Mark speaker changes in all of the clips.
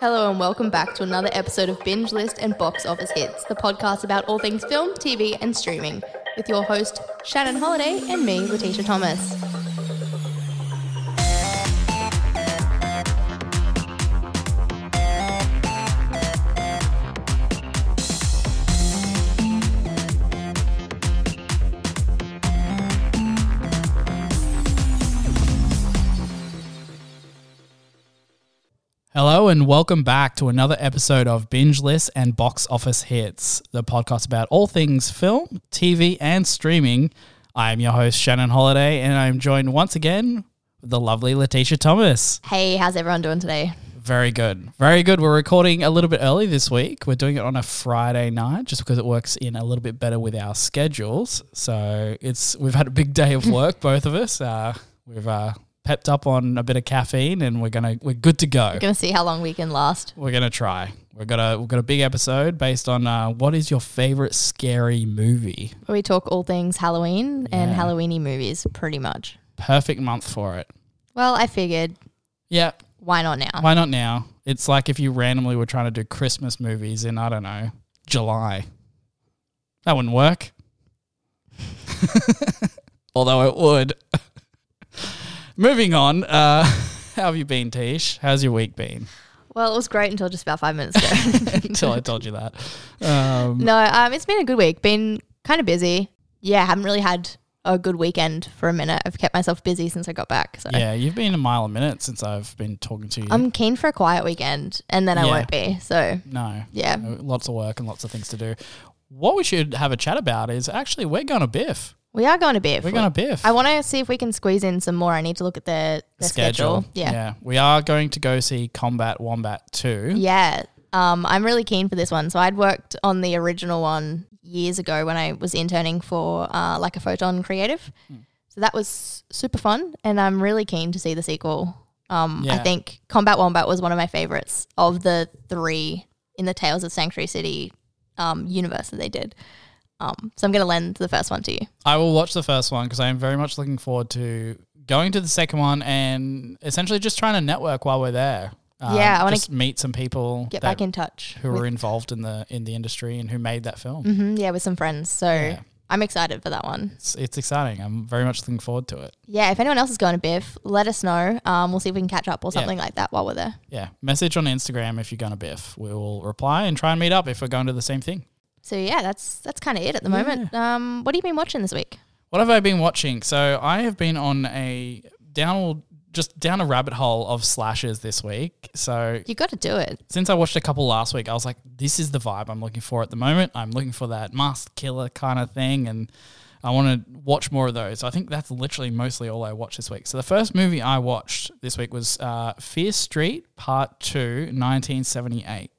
Speaker 1: Hello and welcome back to another episode of Binge List and Box Office Hits, the podcast about all things film, TV, and streaming, with your host Shannon Holiday and me, Letitia Thomas.
Speaker 2: Hello and welcome back to another episode of Binge List and Box Office Hits, the podcast about all things film, TV, and streaming. I am your host, Shannon Holiday, and I'm joined once again with the lovely Letitia Thomas.
Speaker 1: Hey, how's everyone doing today?
Speaker 2: Very good. Very good. We're recording a little bit early this week. We're doing it on a Friday night just because it works in a little bit better with our schedules. So it's we've had a big day of work, both of us. Uh, we've uh, pepped up on a bit of caffeine and we're gonna we're good to go.
Speaker 1: Gonna see how long we can last.
Speaker 2: We're gonna try. We've got a we've got a big episode based on uh, what is your favorite scary movie.
Speaker 1: We talk all things Halloween and
Speaker 2: Yeah.
Speaker 1: Halloweeny movies, pretty much.
Speaker 2: Perfect month for it.
Speaker 1: Well, I figured,
Speaker 2: Yeah,
Speaker 1: why not now?
Speaker 2: why not now? It's like if you randomly were trying to do Christmas movies in I don't know July. That wouldn't work. Although it would. Moving on. Uh, how have you been, Tish? How's your week been?
Speaker 1: Well, it was great until just about five minutes ago.
Speaker 2: Until I told you that. Um,
Speaker 1: no, um, it's been a good week. Been kind of busy. Yeah, haven't really had a good weekend for a minute. I've kept myself busy since I got back. So
Speaker 2: Yeah, you've been a mile a minute since I've been talking to you.
Speaker 1: I'm keen for a quiet weekend, and then I
Speaker 2: Yeah.
Speaker 1: won't be. So
Speaker 2: no.
Speaker 1: yeah,
Speaker 2: Uh, lots of work and lots of things to do. What we should have a chat about is actually we're going to Biff.
Speaker 1: we are going to Biff.
Speaker 2: We're going to Biff.
Speaker 1: I want to see if we can squeeze in some more. I need to look at their, their schedule. Yeah. yeah,
Speaker 2: we are going to go see Combat Wombat Two.
Speaker 1: Um, I'm really keen for this one. So I'd worked on the original one years ago when I was interning for uh, like a photon creative.
Speaker 2: Hmm.
Speaker 1: So that was super fun, and I'm really keen to see the sequel. Um, I
Speaker 2: Yeah.
Speaker 1: think Combat Wombat was one of my favorites of the three in the Tales of Sanctuary City um, universe that they did. Um, so I'm going to lend the first one to you.
Speaker 2: I will watch the first one because I am very much looking forward to going to the second one and essentially just trying to network while we're there. Um,
Speaker 1: Yeah, I wanna
Speaker 2: just meet some people
Speaker 1: Get
Speaker 2: that-
Speaker 1: back in touch.
Speaker 2: who
Speaker 1: with-
Speaker 2: were involved in the in the industry and who made that film.
Speaker 1: Mhm, yeah, with some friends. So
Speaker 2: Yeah.
Speaker 1: I'm excited for that one.
Speaker 2: It's, it's exciting. I'm very much looking forward to it.
Speaker 1: Yeah, if anyone else is going to Biff, let us know. Um, we'll see if we can catch up or something like that while we're there.
Speaker 2: Yeah, message on Instagram if you're going to Biff. We will reply and try and meet up if we're going to the same thing.
Speaker 1: So yeah, that's that's kind of it at the moment. Um, what have you been watching this week?
Speaker 2: What have I been watching? So I have been on a down just down a rabbit hole of slashes this week. So
Speaker 1: You got to do it.
Speaker 2: since I watched a couple last week, I was like, this is the vibe I'm looking for at the moment. I'm looking for that masked killer kind of thing and I want to watch more of those. I think that's literally mostly all I watched this week. So the first movie I watched this week was uh, Fear Street Part 2, 1978.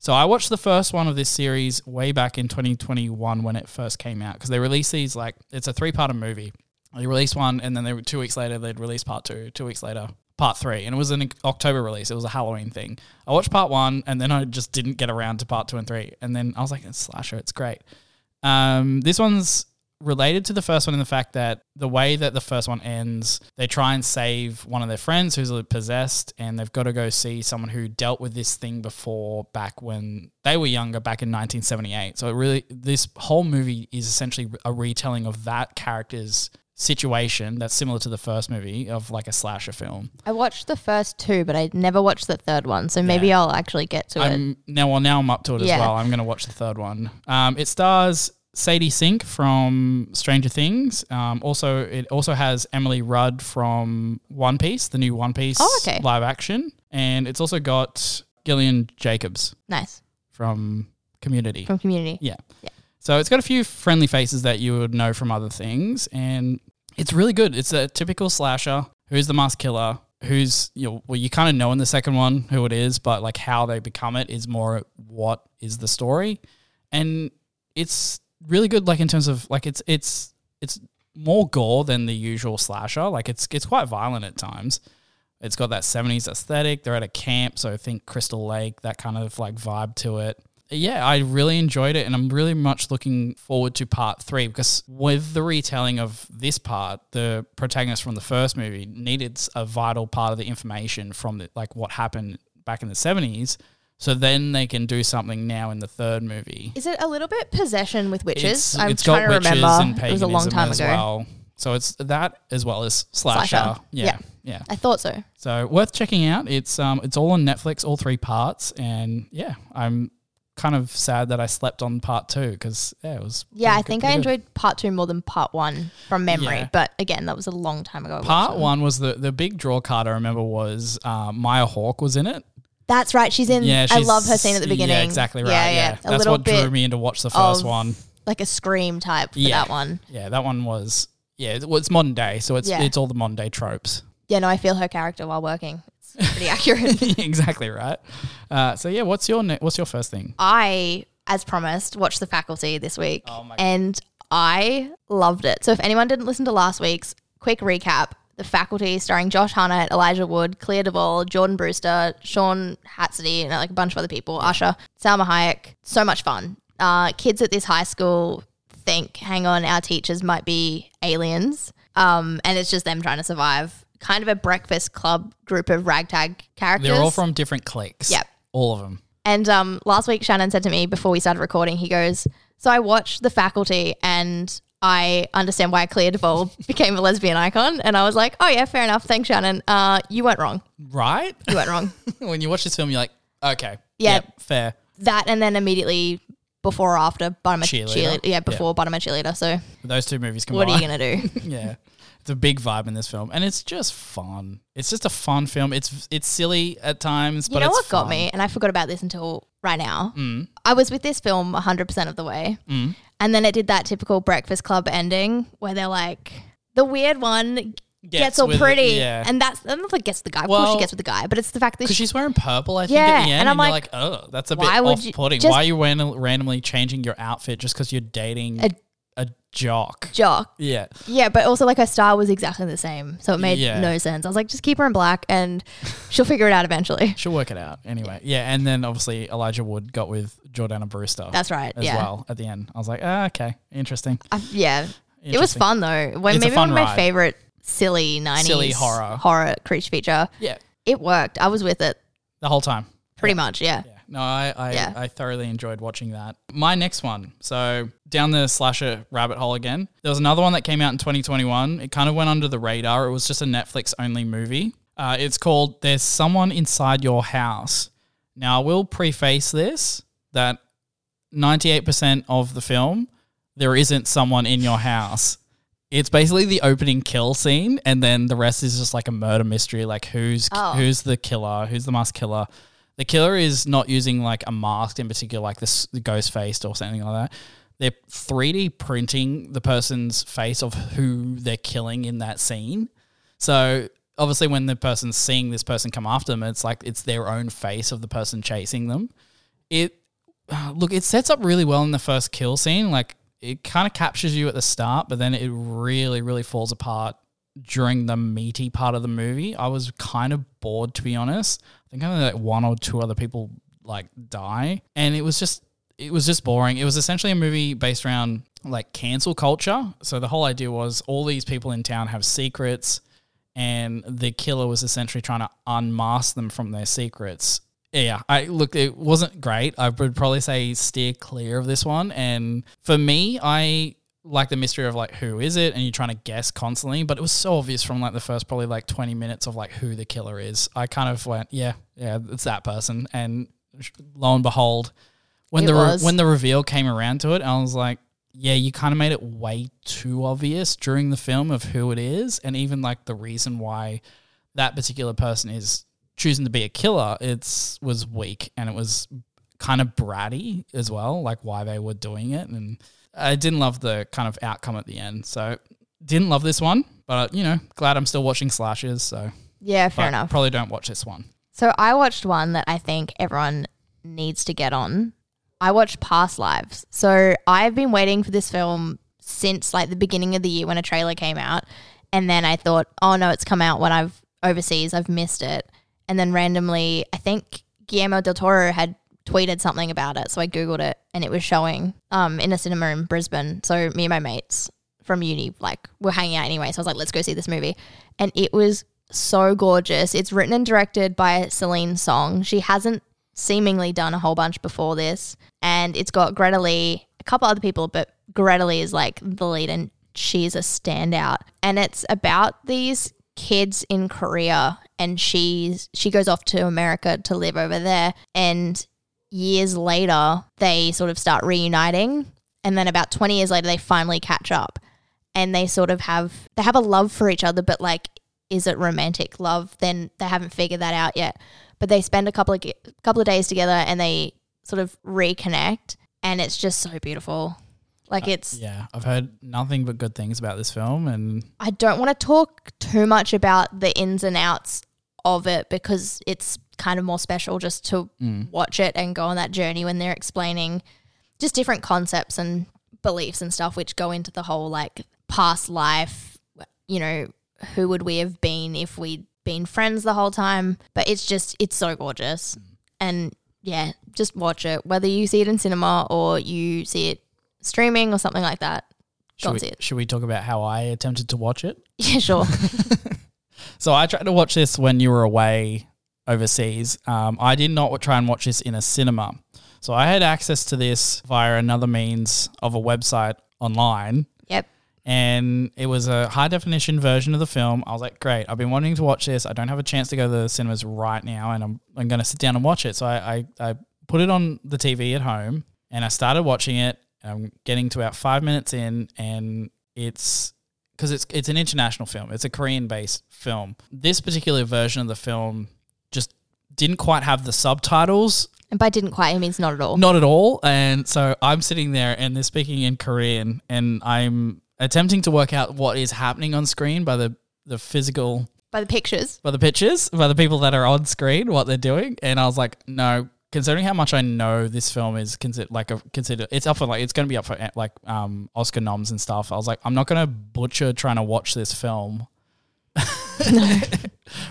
Speaker 2: So I watched the first one of this series way back in 2021 when it first came out because they released these like it's a three-part movie. They released one and then they two weeks later they'd release part two. Two weeks later, part three, and it was an October release. It was a Halloween thing. I watched part one and then I just didn't get around to part two and three. And then I was like, it's slasher, it's great. Um, this one's related to the first one in the fact that the way that the first one ends, they try and save one of their friends who's possessed, and they've got to go see someone who dealt with this thing before back when they were younger, back in 1978. So it really, this whole movie is essentially a retelling of that character's situation that's similar to the first movie of like a slasher film.
Speaker 1: I watched the first two, but I never watched the third one. So maybe I'll actually get to it.
Speaker 2: I'm now well now I'm up to it
Speaker 1: Yeah.
Speaker 2: as well. I'm going to watch the third one. Um, it stars Sadie Sink from Stranger Things. Um, also, it also has Emily Rudd from One Piece, the new One Piece
Speaker 1: Oh, okay.
Speaker 2: live action, and it's also got Gillian Jacobs
Speaker 1: Nice
Speaker 2: from Community.
Speaker 1: from Community.
Speaker 2: Yeah.
Speaker 1: Yeah.
Speaker 2: So it's got a few friendly faces that you would know from other things, and it's really good. It's a typical slasher. Who's the masked killer? Who's you know? Well, you kind of know in the second one who it is, but like how they become it is more what is the story, and it's really good. Like in terms of like it's it's it's more gore than the usual slasher. Like it's it's quite violent at times. It's got that 70s aesthetic. They're at a camp, so think Crystal Lake, that kind of like vibe to it. Yeah, I really enjoyed it and I'm really much looking forward to part 3 because with the retelling of this part, the protagonist from the first movie needed a vital part of the information from the, like what happened back in the 70s. So then they can do something now in the third movie.
Speaker 1: Is it a little bit possession with witches?
Speaker 2: It's-
Speaker 1: I'm
Speaker 2: it's
Speaker 1: trying to remember. it was a
Speaker 2: paganism
Speaker 1: long time
Speaker 2: as
Speaker 1: ago.
Speaker 2: Well. So it's that as well as slasher.
Speaker 1: Slasher.
Speaker 2: Yeah,
Speaker 1: Yeah.
Speaker 2: yeah.
Speaker 1: I thought so.
Speaker 2: So worth checking out. It's um it's all on Netflix, all three parts, and yeah, I'm kind of sad that I slept on part two because yeah, it was
Speaker 1: Yeah,
Speaker 2: pretty
Speaker 1: I
Speaker 2: good-
Speaker 1: think I
Speaker 2: pretty good.
Speaker 1: enjoyed part two more than part one from memory.
Speaker 2: Yeah.
Speaker 1: But again, that was a long time ago. I watched
Speaker 2: Part
Speaker 1: it.
Speaker 2: one was the the big draw card I remember was uh, Maya Hawke was in it.
Speaker 1: That's right. She's in.
Speaker 2: Yeah,
Speaker 1: Mm, I
Speaker 2: she's-
Speaker 1: love her scene at the beginning.
Speaker 2: Yeah, exactly right. Yeah,
Speaker 1: A
Speaker 2: that's
Speaker 1: little
Speaker 2: what
Speaker 1: bit
Speaker 2: drew me in to watch the first
Speaker 1: of-
Speaker 2: one.
Speaker 1: like a scream type for
Speaker 2: Yeah.
Speaker 1: that one.
Speaker 2: Yeah, that one was yeah. it- Well, it's modern day, so it's
Speaker 1: Yeah.
Speaker 2: it's all the modern day tropes.
Speaker 1: Yeah, no, I feel her character while working. It's pretty accurate.
Speaker 2: exactly right. Uh, so yeah, what's your ne- what's your first thing?
Speaker 1: I, as promised, watched The Faculty this week
Speaker 2: Oh my-
Speaker 1: and I loved it. So, if anyone didn't listen to last week's quick recap, The Faculty starring Josh Harnett, Elijah Wood, Claire Duvall, Jordan Brewster, Sean Hatsody, and like a bunch of other people, Usher, Salma Hayek. So much fun. Uh, kids at this high school think, hang on, our teachers might be aliens. Um, and it's just them trying to survive. Kind of a breakfast club group of ragtag characters.
Speaker 2: They're all from different cliques.
Speaker 1: Yep.
Speaker 2: all of them.
Speaker 1: And um, last week, Shannon said to me before we started recording, he goes, So I watched The Faculty and I understand why Claire Duvall became a lesbian icon. And I was like, Oh, yeah, fair enough. Thanks, Shannon. Uh, you weren't wrong.
Speaker 2: Right?
Speaker 1: You weren't wrong.
Speaker 2: when you watch this film, you're like, okay,
Speaker 1: Yeah.
Speaker 2: yep, fair.
Speaker 1: that and then immediately before or after Bottom
Speaker 2: Cheerleader.
Speaker 1: Cheerleader. Yeah, before Bottom Cheerleader. So
Speaker 2: Those two movies combined.
Speaker 1: what are you going to do?
Speaker 2: yeah, it's a big vibe in this film, and it's just fun. It's just a fun film. It's it's silly at times,
Speaker 1: You
Speaker 2: but
Speaker 1: know
Speaker 2: it's Mm.
Speaker 1: what got
Speaker 2: fun.
Speaker 1: me? And I forgot about this until right now. I was with this film 100% of the way.
Speaker 2: Mm.
Speaker 1: And then it did that typical Breakfast Club ending where they're like, the weird one gets, all
Speaker 2: with it,
Speaker 1: pretty.
Speaker 2: yeah.
Speaker 1: And that's, I don't know if it gets the guy. of course
Speaker 2: Well-
Speaker 1: she gets with the guy. But it's the fact that
Speaker 2: Because
Speaker 1: she,
Speaker 2: she's wearing purple, I think,
Speaker 1: Yeah,
Speaker 2: at the end.
Speaker 1: and
Speaker 2: And
Speaker 1: I'm
Speaker 2: I'm
Speaker 1: like,
Speaker 2: like, oh, that's a bit
Speaker 1: why would
Speaker 2: off
Speaker 1: you-
Speaker 2: putting.
Speaker 1: just-
Speaker 2: Why are you ran- randomly changing your outfit just because you're dating
Speaker 1: A-
Speaker 2: a, jock?
Speaker 1: jock.
Speaker 2: Yeah.
Speaker 1: Yeah, but also like her star was exactly the same. So it made
Speaker 2: Yeah.
Speaker 1: no sense. I was like, just keep her in black and she'll figure it out eventually.
Speaker 2: She'll work it out anyway. Yeah. And then obviously Elijah Wood got with Jordana Brewster
Speaker 1: That's right.
Speaker 2: as
Speaker 1: yeah.
Speaker 2: well at the end. I was like, ah, okay, interesting.
Speaker 1: I- yeah. It was
Speaker 2: Interesting.
Speaker 1: fun though. When,
Speaker 2: It's a
Speaker 1: maybe
Speaker 2: fun
Speaker 1: one of my
Speaker 2: ride.
Speaker 1: favorite silly 90s
Speaker 2: Silly horror.
Speaker 1: horror creature feature.
Speaker 2: Yeah.
Speaker 1: It worked. I was with it
Speaker 2: The whole time.
Speaker 1: pretty much. Yeah.
Speaker 2: Yeah. No, I I,
Speaker 1: Yeah.
Speaker 2: I thoroughly enjoyed watching that. My next one. So down the slasher rabbit hole again. There was another one that came out in 2021. It kind of went under the radar. It was just a Netflix only movie. Uh, it's called "There's Someone Inside Your House." Now I will preface this that 98% of the film there isn't someone in your house. It's basically the opening kill scene, and then the rest is just like a murder mystery. Like who's
Speaker 1: Oh.
Speaker 2: who's the killer? Who's the masked killer? The killer is not using like a mask in particular, like this the ghost faced or something like that. They're 3D printing the person's face of who they're killing in that scene. So obviously, when the person's seeing this person come after them, it's like it's their own face of the person chasing them. It look, it sets up really well in the first kill scene. Like it kind of captures you at the start, but then it really, really falls apart during the meaty part of the movie. I was kind of bored to be honest. I think only like one or two other people like die, and it was just it was just boring. It was essentially a movie based around like cancel culture. So the whole idea was all these people in town have secrets and the killer was essentially trying to unmask them from their secrets. Yeah, I look, it wasn't great. I would probably say steer clear of this one. And for me, I like the mystery of like who is it and you're trying to guess constantly, but it was so obvious from like the first probably like 20 minutes of like who the killer is. I kind of went, yeah, yeah, it's that person. And sh- lo and behold, when
Speaker 1: It
Speaker 2: the re-
Speaker 1: was.
Speaker 2: when the reveal came around to it, I was like, yeah, you kind of made it way too obvious during the film of who it is, and even like the reason why that particular person is choosing to be a killer. It's was weak, and it was kind of bratty as well, like why they were doing it, and I didn't love the kind of outcome at the end. So didn't love this one, but you know, glad I'm still watching slashes. So
Speaker 1: Yeah, fair
Speaker 2: but
Speaker 1: enough.
Speaker 2: Probably don't watch this one.
Speaker 1: So I watched one that I think everyone needs to get on. I watched Past Lives. So I've been waiting for this film since like the beginning of the year when a trailer came out. And then I thought, oh no, it's come out when I've overseas, I've missed it. And then randomly, I think Guillermo del Toro had tweeted something about it. So I Googled it and it was showing um, in a cinema in Brisbane. So me and my mates from uni, like, were hanging out anyway. So I was like, let's go see this movie. And it was so gorgeous. It's written and directed by Celine Song. She hasn't seemingly done a whole bunch before this. And it's got Greta Lee, a couple other people, but Greta Lee is like the lead and she's a standout. And it's about these kids in Korea and she's she goes off to America to live over there and years later they sort of start reuniting and then about 20 years later they finally catch up and they sort of have they have a love for each other but like is it romantic love then they haven't figured that out yet but they spend a couple of couple of days together and they sort of reconnect and it's just so beautiful like it's
Speaker 2: Yeah, I've heard nothing but good things about this film, and
Speaker 1: I don't want to talk too much about the ins and outs of it because it's kind of more special just to
Speaker 2: Mm.
Speaker 1: watch it and go on that journey when they're explaining just different concepts and beliefs and stuff which go into the whole like past life, you know, who would we have been if we'd been friends the whole time? But it's just it's so gorgeous.
Speaker 2: Mm.
Speaker 1: And yeah, just watch it whether you see it in cinema or you see it streaming or something like that.
Speaker 2: should
Speaker 1: That's
Speaker 2: we,
Speaker 1: it.
Speaker 2: should we talk about how I attempted to watch it?
Speaker 1: Yeah, sure.
Speaker 2: So I tried to watch this when you were away overseas. Um, I did not try and watch this in a cinema. So I had access to this via another means of a website online.
Speaker 1: yep.
Speaker 2: And it was a high definition version of the film. I was like, great, I've been wanting to watch this. I don't have a chance to go to the cinemas right now, and I'm, I'm going to sit down and watch it. So I, I, I put it on the TV at home and I started watching it. And I'm getting to about five minutes in, and it's because it's it's an international film. It's a Korean based film. This particular version of the film just didn't quite have the subtitles
Speaker 1: And by didn't quite, it means not at all.
Speaker 2: not at all. And so I'm sitting there and they're speaking in Korean and I'm attempting to work out what is happening on screen by the, the physical,
Speaker 1: By the pictures.
Speaker 2: by the pictures, by the people that are on screen, what they're doing. And I was like, no, considering how much I know this film is considered like a consider it's up for like, it's going to be up for eh, like um, Oscar noms and stuff. I was like, I'm not going to butcher trying to watch this film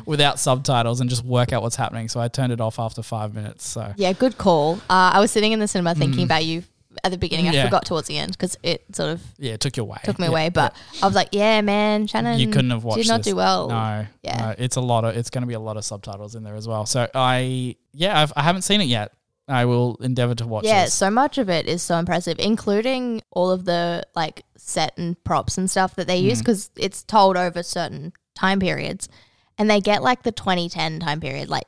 Speaker 2: without subtitles and just work out what's happening. So I turned it off after five minutes. So
Speaker 1: Yeah, good call. Uh, I was sitting in the cinema thinking about you at the beginning. I
Speaker 2: Mm. Yeah.
Speaker 1: forgot towards the end because it sort of
Speaker 2: yeah, it took you away.
Speaker 1: took me
Speaker 2: Yeah.
Speaker 1: away. But I was like, yeah, man, Shannon.
Speaker 2: you couldn't have watched.
Speaker 1: Did not
Speaker 2: this.
Speaker 1: do well.
Speaker 2: No,
Speaker 1: Yeah.
Speaker 2: no, it's a lot of. It's going to be a lot of subtitles in there as well. So I, yeah, I've, I haven't seen it yet. I will endeavor to watch.
Speaker 1: Yeah,
Speaker 2: this.
Speaker 1: so much of it is so impressive, including all of the like set and props and stuff that they
Speaker 2: Mm.
Speaker 1: use because it's told over certain time periods. And they get like the 2010 time period, like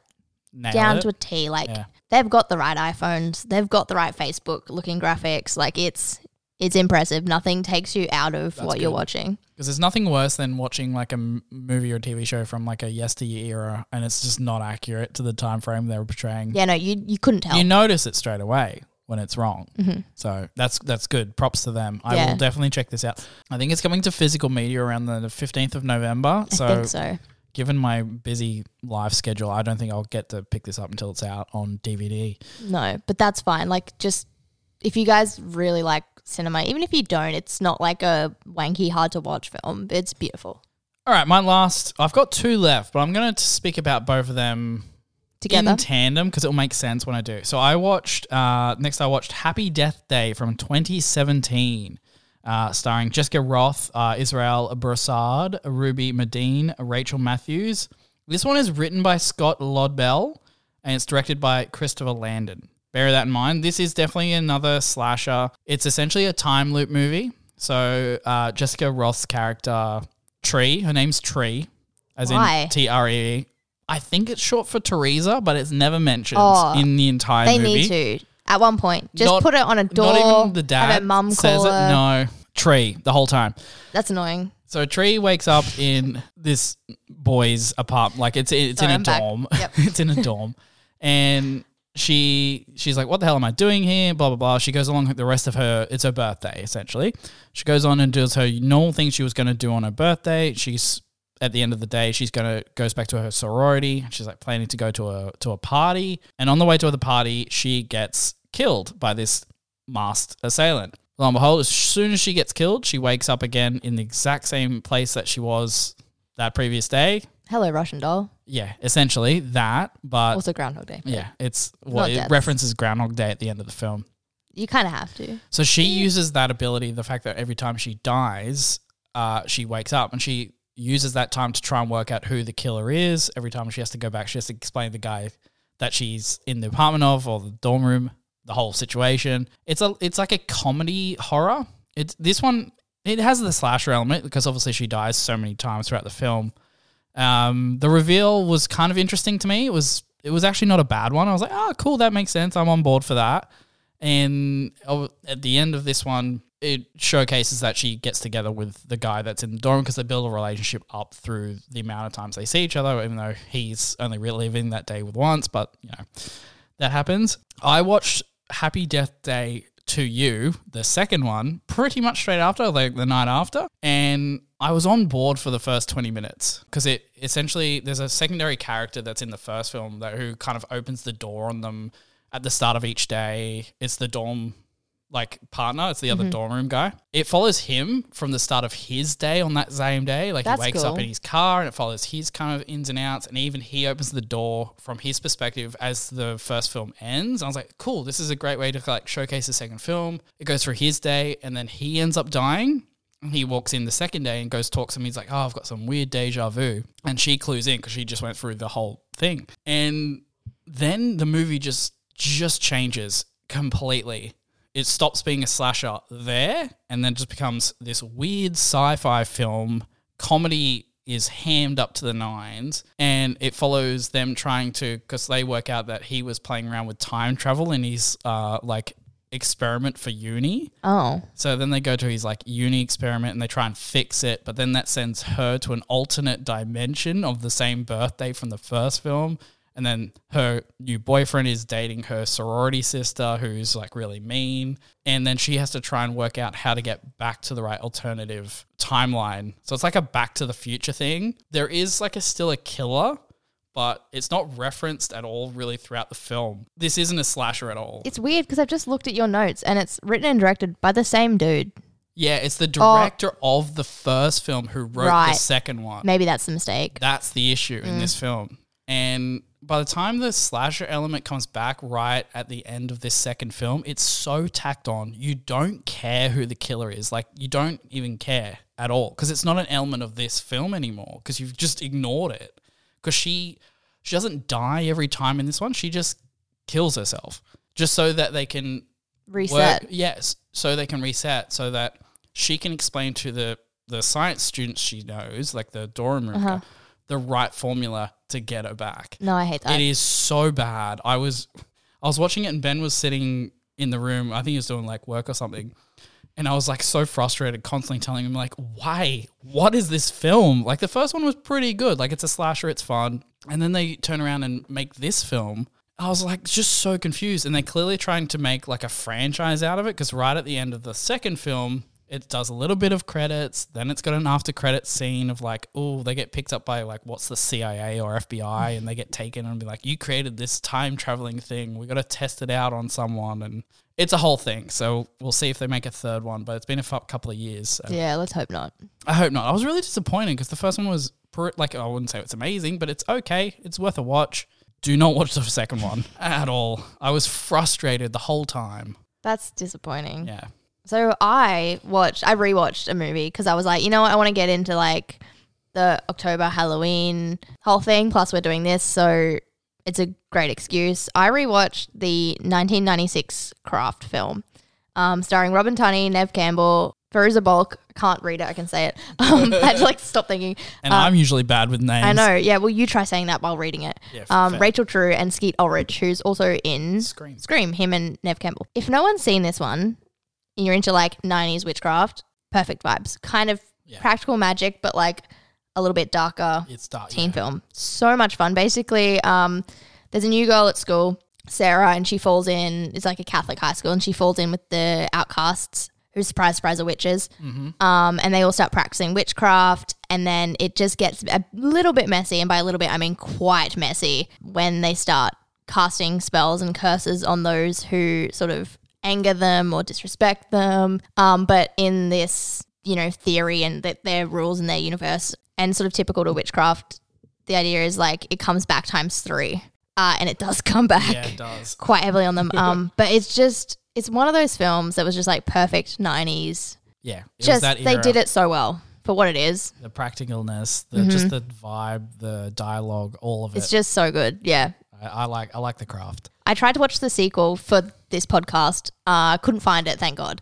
Speaker 2: Nailed
Speaker 1: down
Speaker 2: it.
Speaker 1: to a T. Like
Speaker 2: Yeah.
Speaker 1: they've got the right iPhones, they've got the right Facebook looking graphics. Like it's it's impressive. Nothing takes you out of what you're
Speaker 2: good.
Speaker 1: watching.
Speaker 2: because there's nothing worse than watching like a m- movie or TV show from like a yesteryear era, and it's just not accurate to the time frame they were portraying.
Speaker 1: Yeah, no, you you couldn't tell.
Speaker 2: You notice it straight away when it's wrong. So that's that's good. Props to them. I
Speaker 1: Yeah.
Speaker 2: will definitely check this out. I think it's coming to physical media around the 15th of November.
Speaker 1: I think so.
Speaker 2: given my busy life schedule, I don't think I'll get to pick this up until it's out on DVD.
Speaker 1: No, but that's fine. Like just if you guys really like cinema, even if you don't, it's not like a wanky hard to watch film. It's beautiful.
Speaker 2: All right, my last, I've got two left, but I'm going to speak about both of them
Speaker 1: Together.
Speaker 2: in tandem because it'll make sense when I do. So I watched, uh, next I watched Happy Death Day from 2017. Uh, starring Jessica Roth, uh, Israel Brassard, Ruby Medine, Rachel Matthews. This one is written by Scott Lobdell and it's directed by Christopher Landon. Bear that in mind. This is definitely another slasher. It's essentially a time loop movie. So uh, Jessica Roth's character Tree, her name's Tree, as
Speaker 1: Why?
Speaker 2: in T R E E. I think it's short for Teresa, but it's never mentioned
Speaker 1: Oh,
Speaker 2: in the entire
Speaker 1: they
Speaker 2: movie.
Speaker 1: need to at one point. Just
Speaker 2: Not-
Speaker 1: put it on a door.
Speaker 2: Not even the dad
Speaker 1: have a mum
Speaker 2: says
Speaker 1: call
Speaker 2: it.
Speaker 1: her.
Speaker 2: No, Tree the whole time.
Speaker 1: That's annoying.
Speaker 2: So Tree wakes up in this boy's apartment, like it's it's
Speaker 1: Sorry,
Speaker 2: in a
Speaker 1: I'm back.
Speaker 2: dorm.
Speaker 1: Yep.
Speaker 2: it's in a dorm, and she she's like, "What the hell am I doing here?" Blah blah blah. She goes along with the rest of her. It's her birthday essentially. She goes on and does her normal thing she was going to do on her birthday. She's at the end of the day, she's gonna goes back to her sorority. She's like planning to go to a to a party, and on the way to the party, she gets killed by this masked assailant. Lo and behold, as soon as she gets killed, she wakes up again in the exact same place that she was that previous day.
Speaker 1: Hello, Russian doll.
Speaker 2: Yeah, essentially that, but
Speaker 1: Also Groundhog Day.
Speaker 2: yeah, it's what
Speaker 1: Not
Speaker 2: it
Speaker 1: deaths.
Speaker 2: references Groundhog Day at the end of the film.
Speaker 1: You kind of have to.
Speaker 2: So she uses that ability, the fact that every time she dies, uh, she wakes up and she uses that time to try and work out who the killer is. Every time she has to go back, she has to explain the guy that she's in the apartment of or the dorm room, the whole situation. It's a it's like a comedy horror. It's this one it has the slasher element because obviously she dies so many times throughout the film. Um, the reveal was kind of interesting to me. It was it was actually not a bad one. I was like, oh, cool, that makes sense. I'm on board for that. And oh, at the end of this one, it showcases that she gets together with the guy that's in the dorm because they build a relationship up through the amount of times they see each other, even though he's only reliving that day with once. But you know, that happens. I watched Happy Death Day to You, the second one, pretty much straight after, like the night after, and I was on board for the first twenty minutes because it essentially there's a secondary character that's in the first film that who kind of opens the door on them at the start of each day. It's the dorm like partner. It's the other
Speaker 1: Mm-hmm.
Speaker 2: dorm room guy. It follows him from the start of his day on that same day. Like
Speaker 1: That's
Speaker 2: he wakes up
Speaker 1: cool.
Speaker 2: in his car and it follows his kind of ins and outs. And even he opens the door from his perspective as the first film ends. I was like, cool, this is a great way to like showcase the second film. It goes through his day and then he ends up dying. He walks in the second day and goes talks to him. He's like, "Oh, I've got some weird deja vu," and she clues in because she just went through the whole thing. And then the movie just just changes completely. It stops being a slasher there and then just becomes this weird sci-fi film. Comedy is hammed up to the nines and it follows them trying to because they work out that he was playing around with time travel in his uh, like experiment for uni.
Speaker 1: Oh,
Speaker 2: So then they go to his like uni experiment and they try and fix it, but then that sends her to an alternate dimension of the same birthday from the first film. And then her new boyfriend is dating her sorority sister who's like really mean. And then she has to try and work out how to get back to the right alternative timeline. So it's like a back to the future thing. There is like a still a killer, but it's not referenced at all really throughout the film. This isn't a slasher at all.
Speaker 1: it's weird because I've just looked at your notes and it's written and directed by the same dude.
Speaker 2: Yeah, it's the director of the first film who wrote the
Speaker 1: Right.
Speaker 2: second one.
Speaker 1: Maybe that's the mistake.
Speaker 2: That's the issue in this film. And by the time the slasher element comes back right at the end of this second film, it's so tacked on. You don't care who the killer is. Like, you don't even care at all because it's not an element of this film anymore because you've just ignored it. Because she, she doesn't die every time in this one. She just kills herself just so that they can
Speaker 1: Reset.
Speaker 2: Work, yes, so they can reset, so that she can explain to the the science students she knows, like the dorm room, guy, the right formula to get her back.
Speaker 1: No, I hate that.
Speaker 2: It is so bad. I was I was watching it and Ben was sitting in the room. I think he was doing like work or something. And I was like so frustrated, constantly telling him like, "Why? What is this film?" Like the first one was pretty good. Like it's a slasher, it's fun. And then they turn around and make this film. I was like just so confused. And they're clearly trying to make like a franchise out of it because right at the end of the second film, it does a little bit of credits. Then it's got an after credit scene of like, oh, they get picked up by like what's the CIA or FBI, and they get taken and be like, you created this time traveling thing. We got to test it out on someone, and it's a whole thing. So we'll see if they make a third one. But it's been a fu- couple of years. So.
Speaker 1: yeah, let's hope not.
Speaker 2: I hope not. I was really disappointed because the first one was pr- like I wouldn't say it's amazing, but it's okay. It's worth a watch. Do not watch the second one at all. I was frustrated the whole time.
Speaker 1: That's disappointing.
Speaker 2: Yeah.
Speaker 1: So I watched, I rewatched a movie because I was like, you know what, I want to get into like the October Halloween whole thing. Plus, we're doing this, so it's a great excuse. I rewatched the 1996 Craft film, um, starring Robin Tunney, Nev Campbell, Feruza Balk. Can't read it. I can say it. Um, I had to like stop thinking.
Speaker 2: And I'm usually bad with names.
Speaker 1: Uh, I know. Yeah. Well, you try saying that while reading it.
Speaker 2: Yeah,
Speaker 1: um,
Speaker 2: fair.
Speaker 1: Rachel True and Skeet Ulrich, who's also in
Speaker 2: Scream.
Speaker 1: Scream, him and Nev Campbell. If no one's seen this one, and you're into like 90s witchcraft, perfect vibes. Kind of
Speaker 2: Yeah.
Speaker 1: practical magic, but like a little bit darker
Speaker 2: It's dark.
Speaker 1: teen film. So much fun. Basically, um, there's a new girl at school, Sarah, and she falls in. It's like a Catholic high school, and she falls in with the outcasts, who surprise, surprise, are witches. Um, and they all start practicing witchcraft, and then it just gets a little bit messy. And by a little bit, I mean quite messy when they start casting spells and curses on those who sort of anger them or disrespect them. Um, but in this, you know, theory and that their rules and their universe, and sort of typical to witchcraft, the idea is like it comes back times three, uh, and it does come back
Speaker 2: Yeah, it does.
Speaker 1: quite heavily on them. Um, but it's just it's one of those films that was just like perfect nineties.
Speaker 2: Yeah, it was
Speaker 1: Just
Speaker 2: that
Speaker 1: they
Speaker 2: era.
Speaker 1: did it so well for what it is.
Speaker 2: the practicalness, the just the vibe, the dialogue, all of
Speaker 1: It's
Speaker 2: it.
Speaker 1: just so good. Yeah.
Speaker 2: I, I like I like the craft.
Speaker 1: I tried to watch the sequel for this podcast. Uh, couldn't find it, thank God.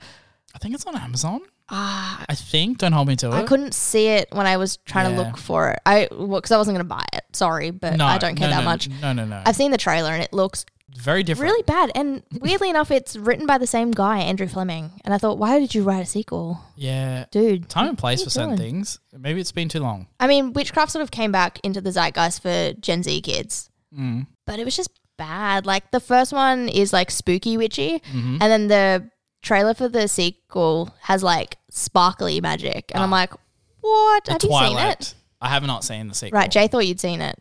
Speaker 2: I think it's on Amazon. I think. Don't hold me to it.
Speaker 1: Ah. I couldn't see it when I was trying to
Speaker 2: Yeah.
Speaker 1: look for it. I because I wasn't going to buy it. Sorry, but
Speaker 2: No,
Speaker 1: I don't care
Speaker 2: no,
Speaker 1: that
Speaker 2: no,
Speaker 1: much.
Speaker 2: No, no, no.
Speaker 1: I've seen the trailer and it looks
Speaker 2: Very different.
Speaker 1: really bad. And weirdly enough, it's written by the same guy, Andrew Fleming. And I thought, why did you write a sequel,
Speaker 2: Yeah.
Speaker 1: dude?
Speaker 2: Time and place
Speaker 1: you
Speaker 2: for certain
Speaker 1: doing?
Speaker 2: things. Maybe it's been too long.
Speaker 1: I mean, witchcraft sort of came back into the zeitgeist for Gen Z kids,
Speaker 2: Mm.
Speaker 1: but it was just bad. Like the first one is like spooky witchy,
Speaker 2: Mhm.
Speaker 1: and then the trailer for the sequel has like sparkly magic, and I'm like, what?
Speaker 2: Ah. The
Speaker 1: Have you seen
Speaker 2: Twilight.
Speaker 1: it?
Speaker 2: I have not seen the sequel.
Speaker 1: Right, Jay thought you'd seen it.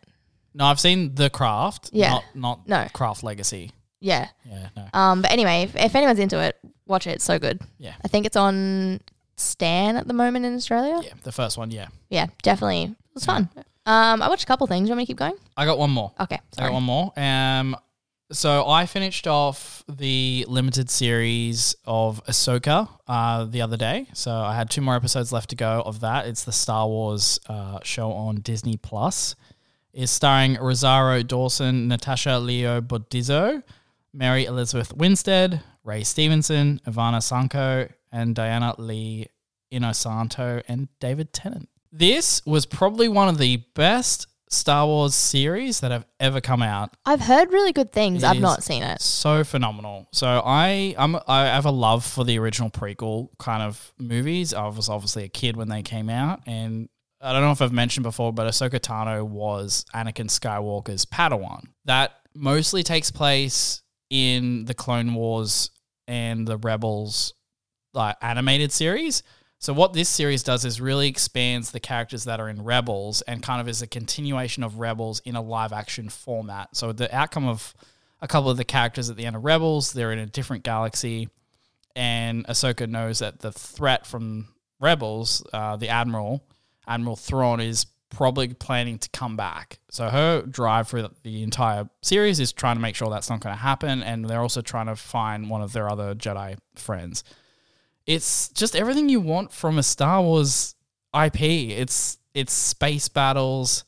Speaker 2: No, I've seen The Craft.
Speaker 1: Yeah.
Speaker 2: Not, not
Speaker 1: No.
Speaker 2: Craft Legacy.
Speaker 1: Yeah.
Speaker 2: Yeah. No.
Speaker 1: Um, but anyway, if, if anyone's into it, watch it. It's so good.
Speaker 2: Yeah.
Speaker 1: I think it's on Stan at the moment in Australia. Yeah,
Speaker 2: Yeah. The first one. Yeah.
Speaker 1: definitely. It was fun. Um, I watched a couple things. You want me to keep going?
Speaker 2: I got one more.
Speaker 1: Okay.
Speaker 2: I got
Speaker 1: Sorry.
Speaker 2: one more. Um, so I finished off the limited series of Ahsoka uh, the other day. So I had two more episodes left to go of that. It's the Star Wars uh, show on Disney Plus. Is starring Rosario Dawson, Natasha Leo Bordizzo, Mary Elizabeth Winstead, Ray Stevenson, Ivana Sanko, and Diana Lee Inosanto and David Tennant. This was probably one of the best Star Wars series that have ever come out.
Speaker 1: I've heard really good things.
Speaker 2: It
Speaker 1: I've
Speaker 2: is-
Speaker 1: not seen it.
Speaker 2: So phenomenal. So I I'm, I have a love for the original prequel kind of movies. I was obviously a kid when they came out, and I don't know if I've mentioned before, but Ahsoka Tano was Anakin Skywalker's Padawan. That mostly takes place in the Clone Wars and the Rebels like animated series. So what this series does is really expands the characters that are in Rebels and kind of is a continuation of Rebels in a live action format. So the outcome of a couple of the characters at the end of Rebels, they're in a different galaxy, and Ahsoka knows that the threat from Rebels, uh, the Admiral, Admiral Thrawn, is probably planning to come back. So her drive for the entire series is trying to make sure that's not going to happen, and they're also trying to find one of their other Jedi friends it's just everything you want from a Star Wars IP. It's it's space battles,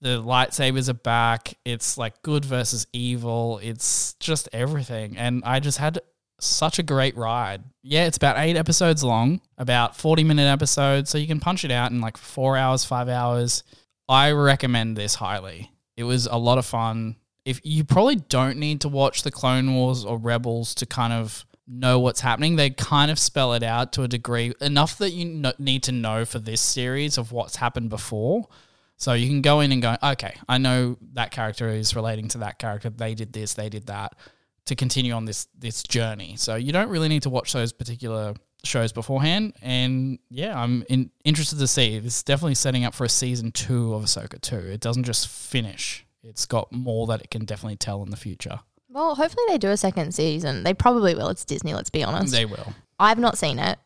Speaker 2: the lightsabers are back, it's like good versus evil, it's just everything. And I just had such a great ride. Yeah, it's about 8 episodes long, about 40 minute episodes, so you can punch it out in like 4 hours, 5 hours. I recommend this highly. It was a lot of fun. If you probably don't need to watch the Clone Wars or Rebels to kind of know what's happening, they kind of spell it out to a degree enough that you kno- need to know for this series of what's happened before. So you can go in and go, okay, I know that character is relating to that character. They did this, they did that, to continue on this this journey. So you don't really need to watch those particular shows beforehand. And yeah, I'm in, interested to see. This is definitely setting up for a season two of Ahsoka two. It doesn't just finish. It's got more that it can definitely tell in the future.
Speaker 1: Well, hopefully they do a second season. They probably will. It's Disney, let's be honest.
Speaker 2: They will.
Speaker 1: I've not seen it.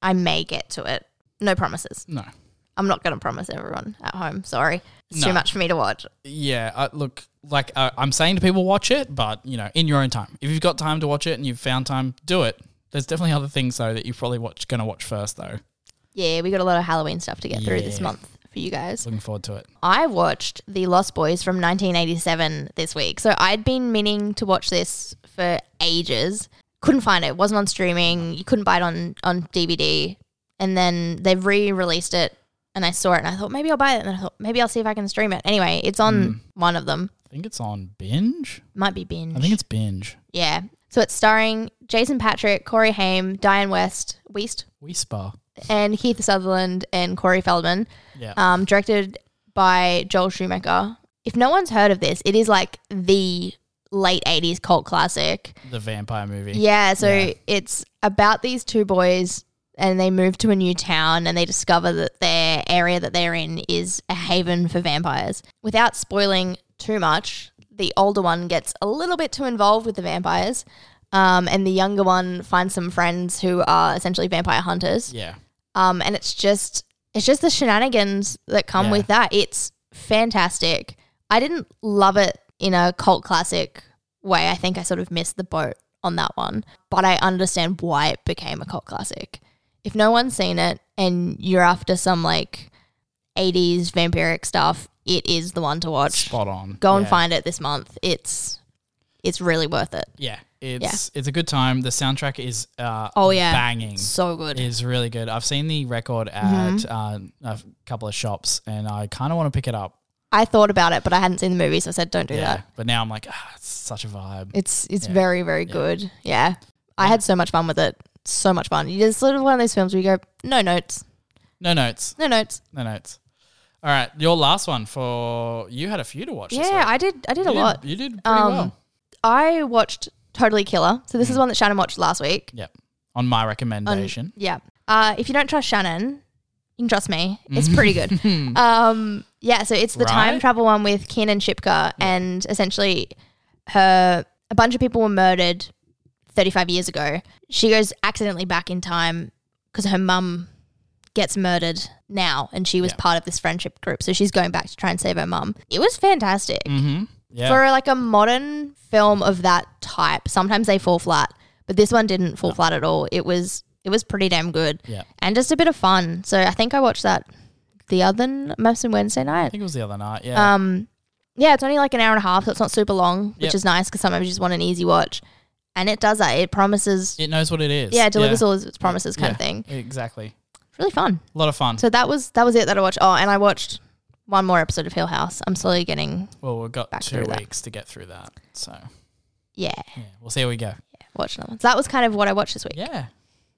Speaker 1: I may get to it. No promises.
Speaker 2: No.
Speaker 1: I'm not going to promise everyone at home. Sorry. It's
Speaker 2: No.
Speaker 1: too much for me to watch.
Speaker 2: Yeah, uh, look, like uh, I'm saying to people, watch it, but you know, in your own time. If you've got time to watch it and you've found time, do it. There's definitely other things though that you're probably watch going to watch first though.
Speaker 1: Yeah, we got a lot of Halloween stuff to get through this
Speaker 2: Yeah.
Speaker 1: month for you guys.
Speaker 2: Looking forward to it.
Speaker 1: I watched The Lost Boys from 1987 this week. So I'd been meaning to watch this for ages. Couldn't find it. It wasn't on streaming. You couldn't buy it on, on DVD. And then they've re released it. And I saw it and I thought, maybe I'll buy it. And then I thought, maybe I'll see if I can stream it. Anyway, it's on one of them.
Speaker 2: I think it's on binge.
Speaker 1: Might be Binge.
Speaker 2: Hmm. I think it's binge.
Speaker 1: yeah. So it's starring Jason Patrick, Corey Haim, Diane West, West,
Speaker 2: Whisper.
Speaker 1: and Heath Sutherland and Corey Feldman
Speaker 2: Yeah.
Speaker 1: um, directed by Joel Schumacher. If no one's heard of this, it is like the late 80s cult classic.
Speaker 2: the vampire movie.
Speaker 1: Yeah, so
Speaker 2: Yeah.
Speaker 1: it's about these two boys and they move to a new town and they discover that their area that they're in is a haven for vampires. Without spoiling too much, the older one gets a little bit too involved with the vampires. Um, and the younger one finds some friends who are essentially vampire hunters
Speaker 2: Yeah.
Speaker 1: um, and it's just it's just the shenanigans that come
Speaker 2: Yeah.
Speaker 1: with that. It's fantastic. I didn't love it in a cult classic way. I think I sort of missed the boat on that one, but I understand why it became a cult classic. if no one's seen it and you're after some like 80s vampiric stuff, it is the one to watch.
Speaker 2: Spot on.
Speaker 1: Go and
Speaker 2: Yeah.
Speaker 1: find it this month. It's it's really worth it.
Speaker 2: Yeah, it's it's a good time. The soundtrack is uh,
Speaker 1: Oh, yeah.
Speaker 2: banging.
Speaker 1: So good. Mm-hmm.
Speaker 2: Is really good. I've seen the record at uh, a couple of shops, and I kind of want to pick it up.
Speaker 1: I thought about it, but I hadn't seen the movie, so I said don't do
Speaker 2: Yeah,
Speaker 1: that.
Speaker 2: but now I'm like, ah, it's such a vibe.
Speaker 1: It's it's very very good. Yeah. I had so much fun with it. So much fun. It's sort of one of those films where you go no notes,
Speaker 2: No notes,
Speaker 1: no notes.
Speaker 2: no notes. All right, your last one for you had a few to watch. this
Speaker 1: Yeah,
Speaker 2: week.
Speaker 1: I did. I did
Speaker 2: you
Speaker 1: a
Speaker 2: did,
Speaker 1: lot.
Speaker 2: You did pretty
Speaker 1: Um,
Speaker 2: well.
Speaker 1: I watched Totally Killer. So this is one that Shannon watched last week.
Speaker 2: Yep, on my
Speaker 1: On-
Speaker 2: recommendation.
Speaker 1: Um, yeah. Uh, if you don't trust Shannon, you can trust me. It's pretty good. um, yeah. So it's the time
Speaker 2: Hmm. Right?
Speaker 1: travel one with Ken and Shipka, and essentially, her a bunch of people were murdered 35 years ago. She goes accidentally back in time because her mum gets murdered now, and she was
Speaker 2: Yeah.
Speaker 1: part of this friendship group. So she's going back to try and save her mum. It was fantastic
Speaker 2: mm-hmm. Yeah,
Speaker 1: for like a modern film of that type sometimes they fall flat but this one didn't fall flat at all it was it was pretty damn good
Speaker 2: yeah.
Speaker 1: and just a bit of fun so i think i watched that the other n- must have been wednesday
Speaker 2: I
Speaker 1: night
Speaker 2: think it was the other night. Yeah,
Speaker 1: um yeah it's only like an hour and a half so it's not super long which
Speaker 2: Yep.
Speaker 1: is nice because sometimes you just want an easy watch and it does that it promises
Speaker 2: it knows what it is.
Speaker 1: yeah it delivers all its promises kind of
Speaker 2: Yeah,
Speaker 1: thing
Speaker 2: Exactly.
Speaker 1: it's really fun
Speaker 2: A lot of fun.
Speaker 1: so that was that was it that i watched oh and i watched one more episode of hill house i'm slowly getting
Speaker 2: well, we've got
Speaker 1: back
Speaker 2: two
Speaker 1: through that.
Speaker 2: weeks to get through that, so
Speaker 1: yeah
Speaker 2: yeah, we'll see how we go.
Speaker 1: watch another one so that was kind of what i watched this week
Speaker 2: Yeah.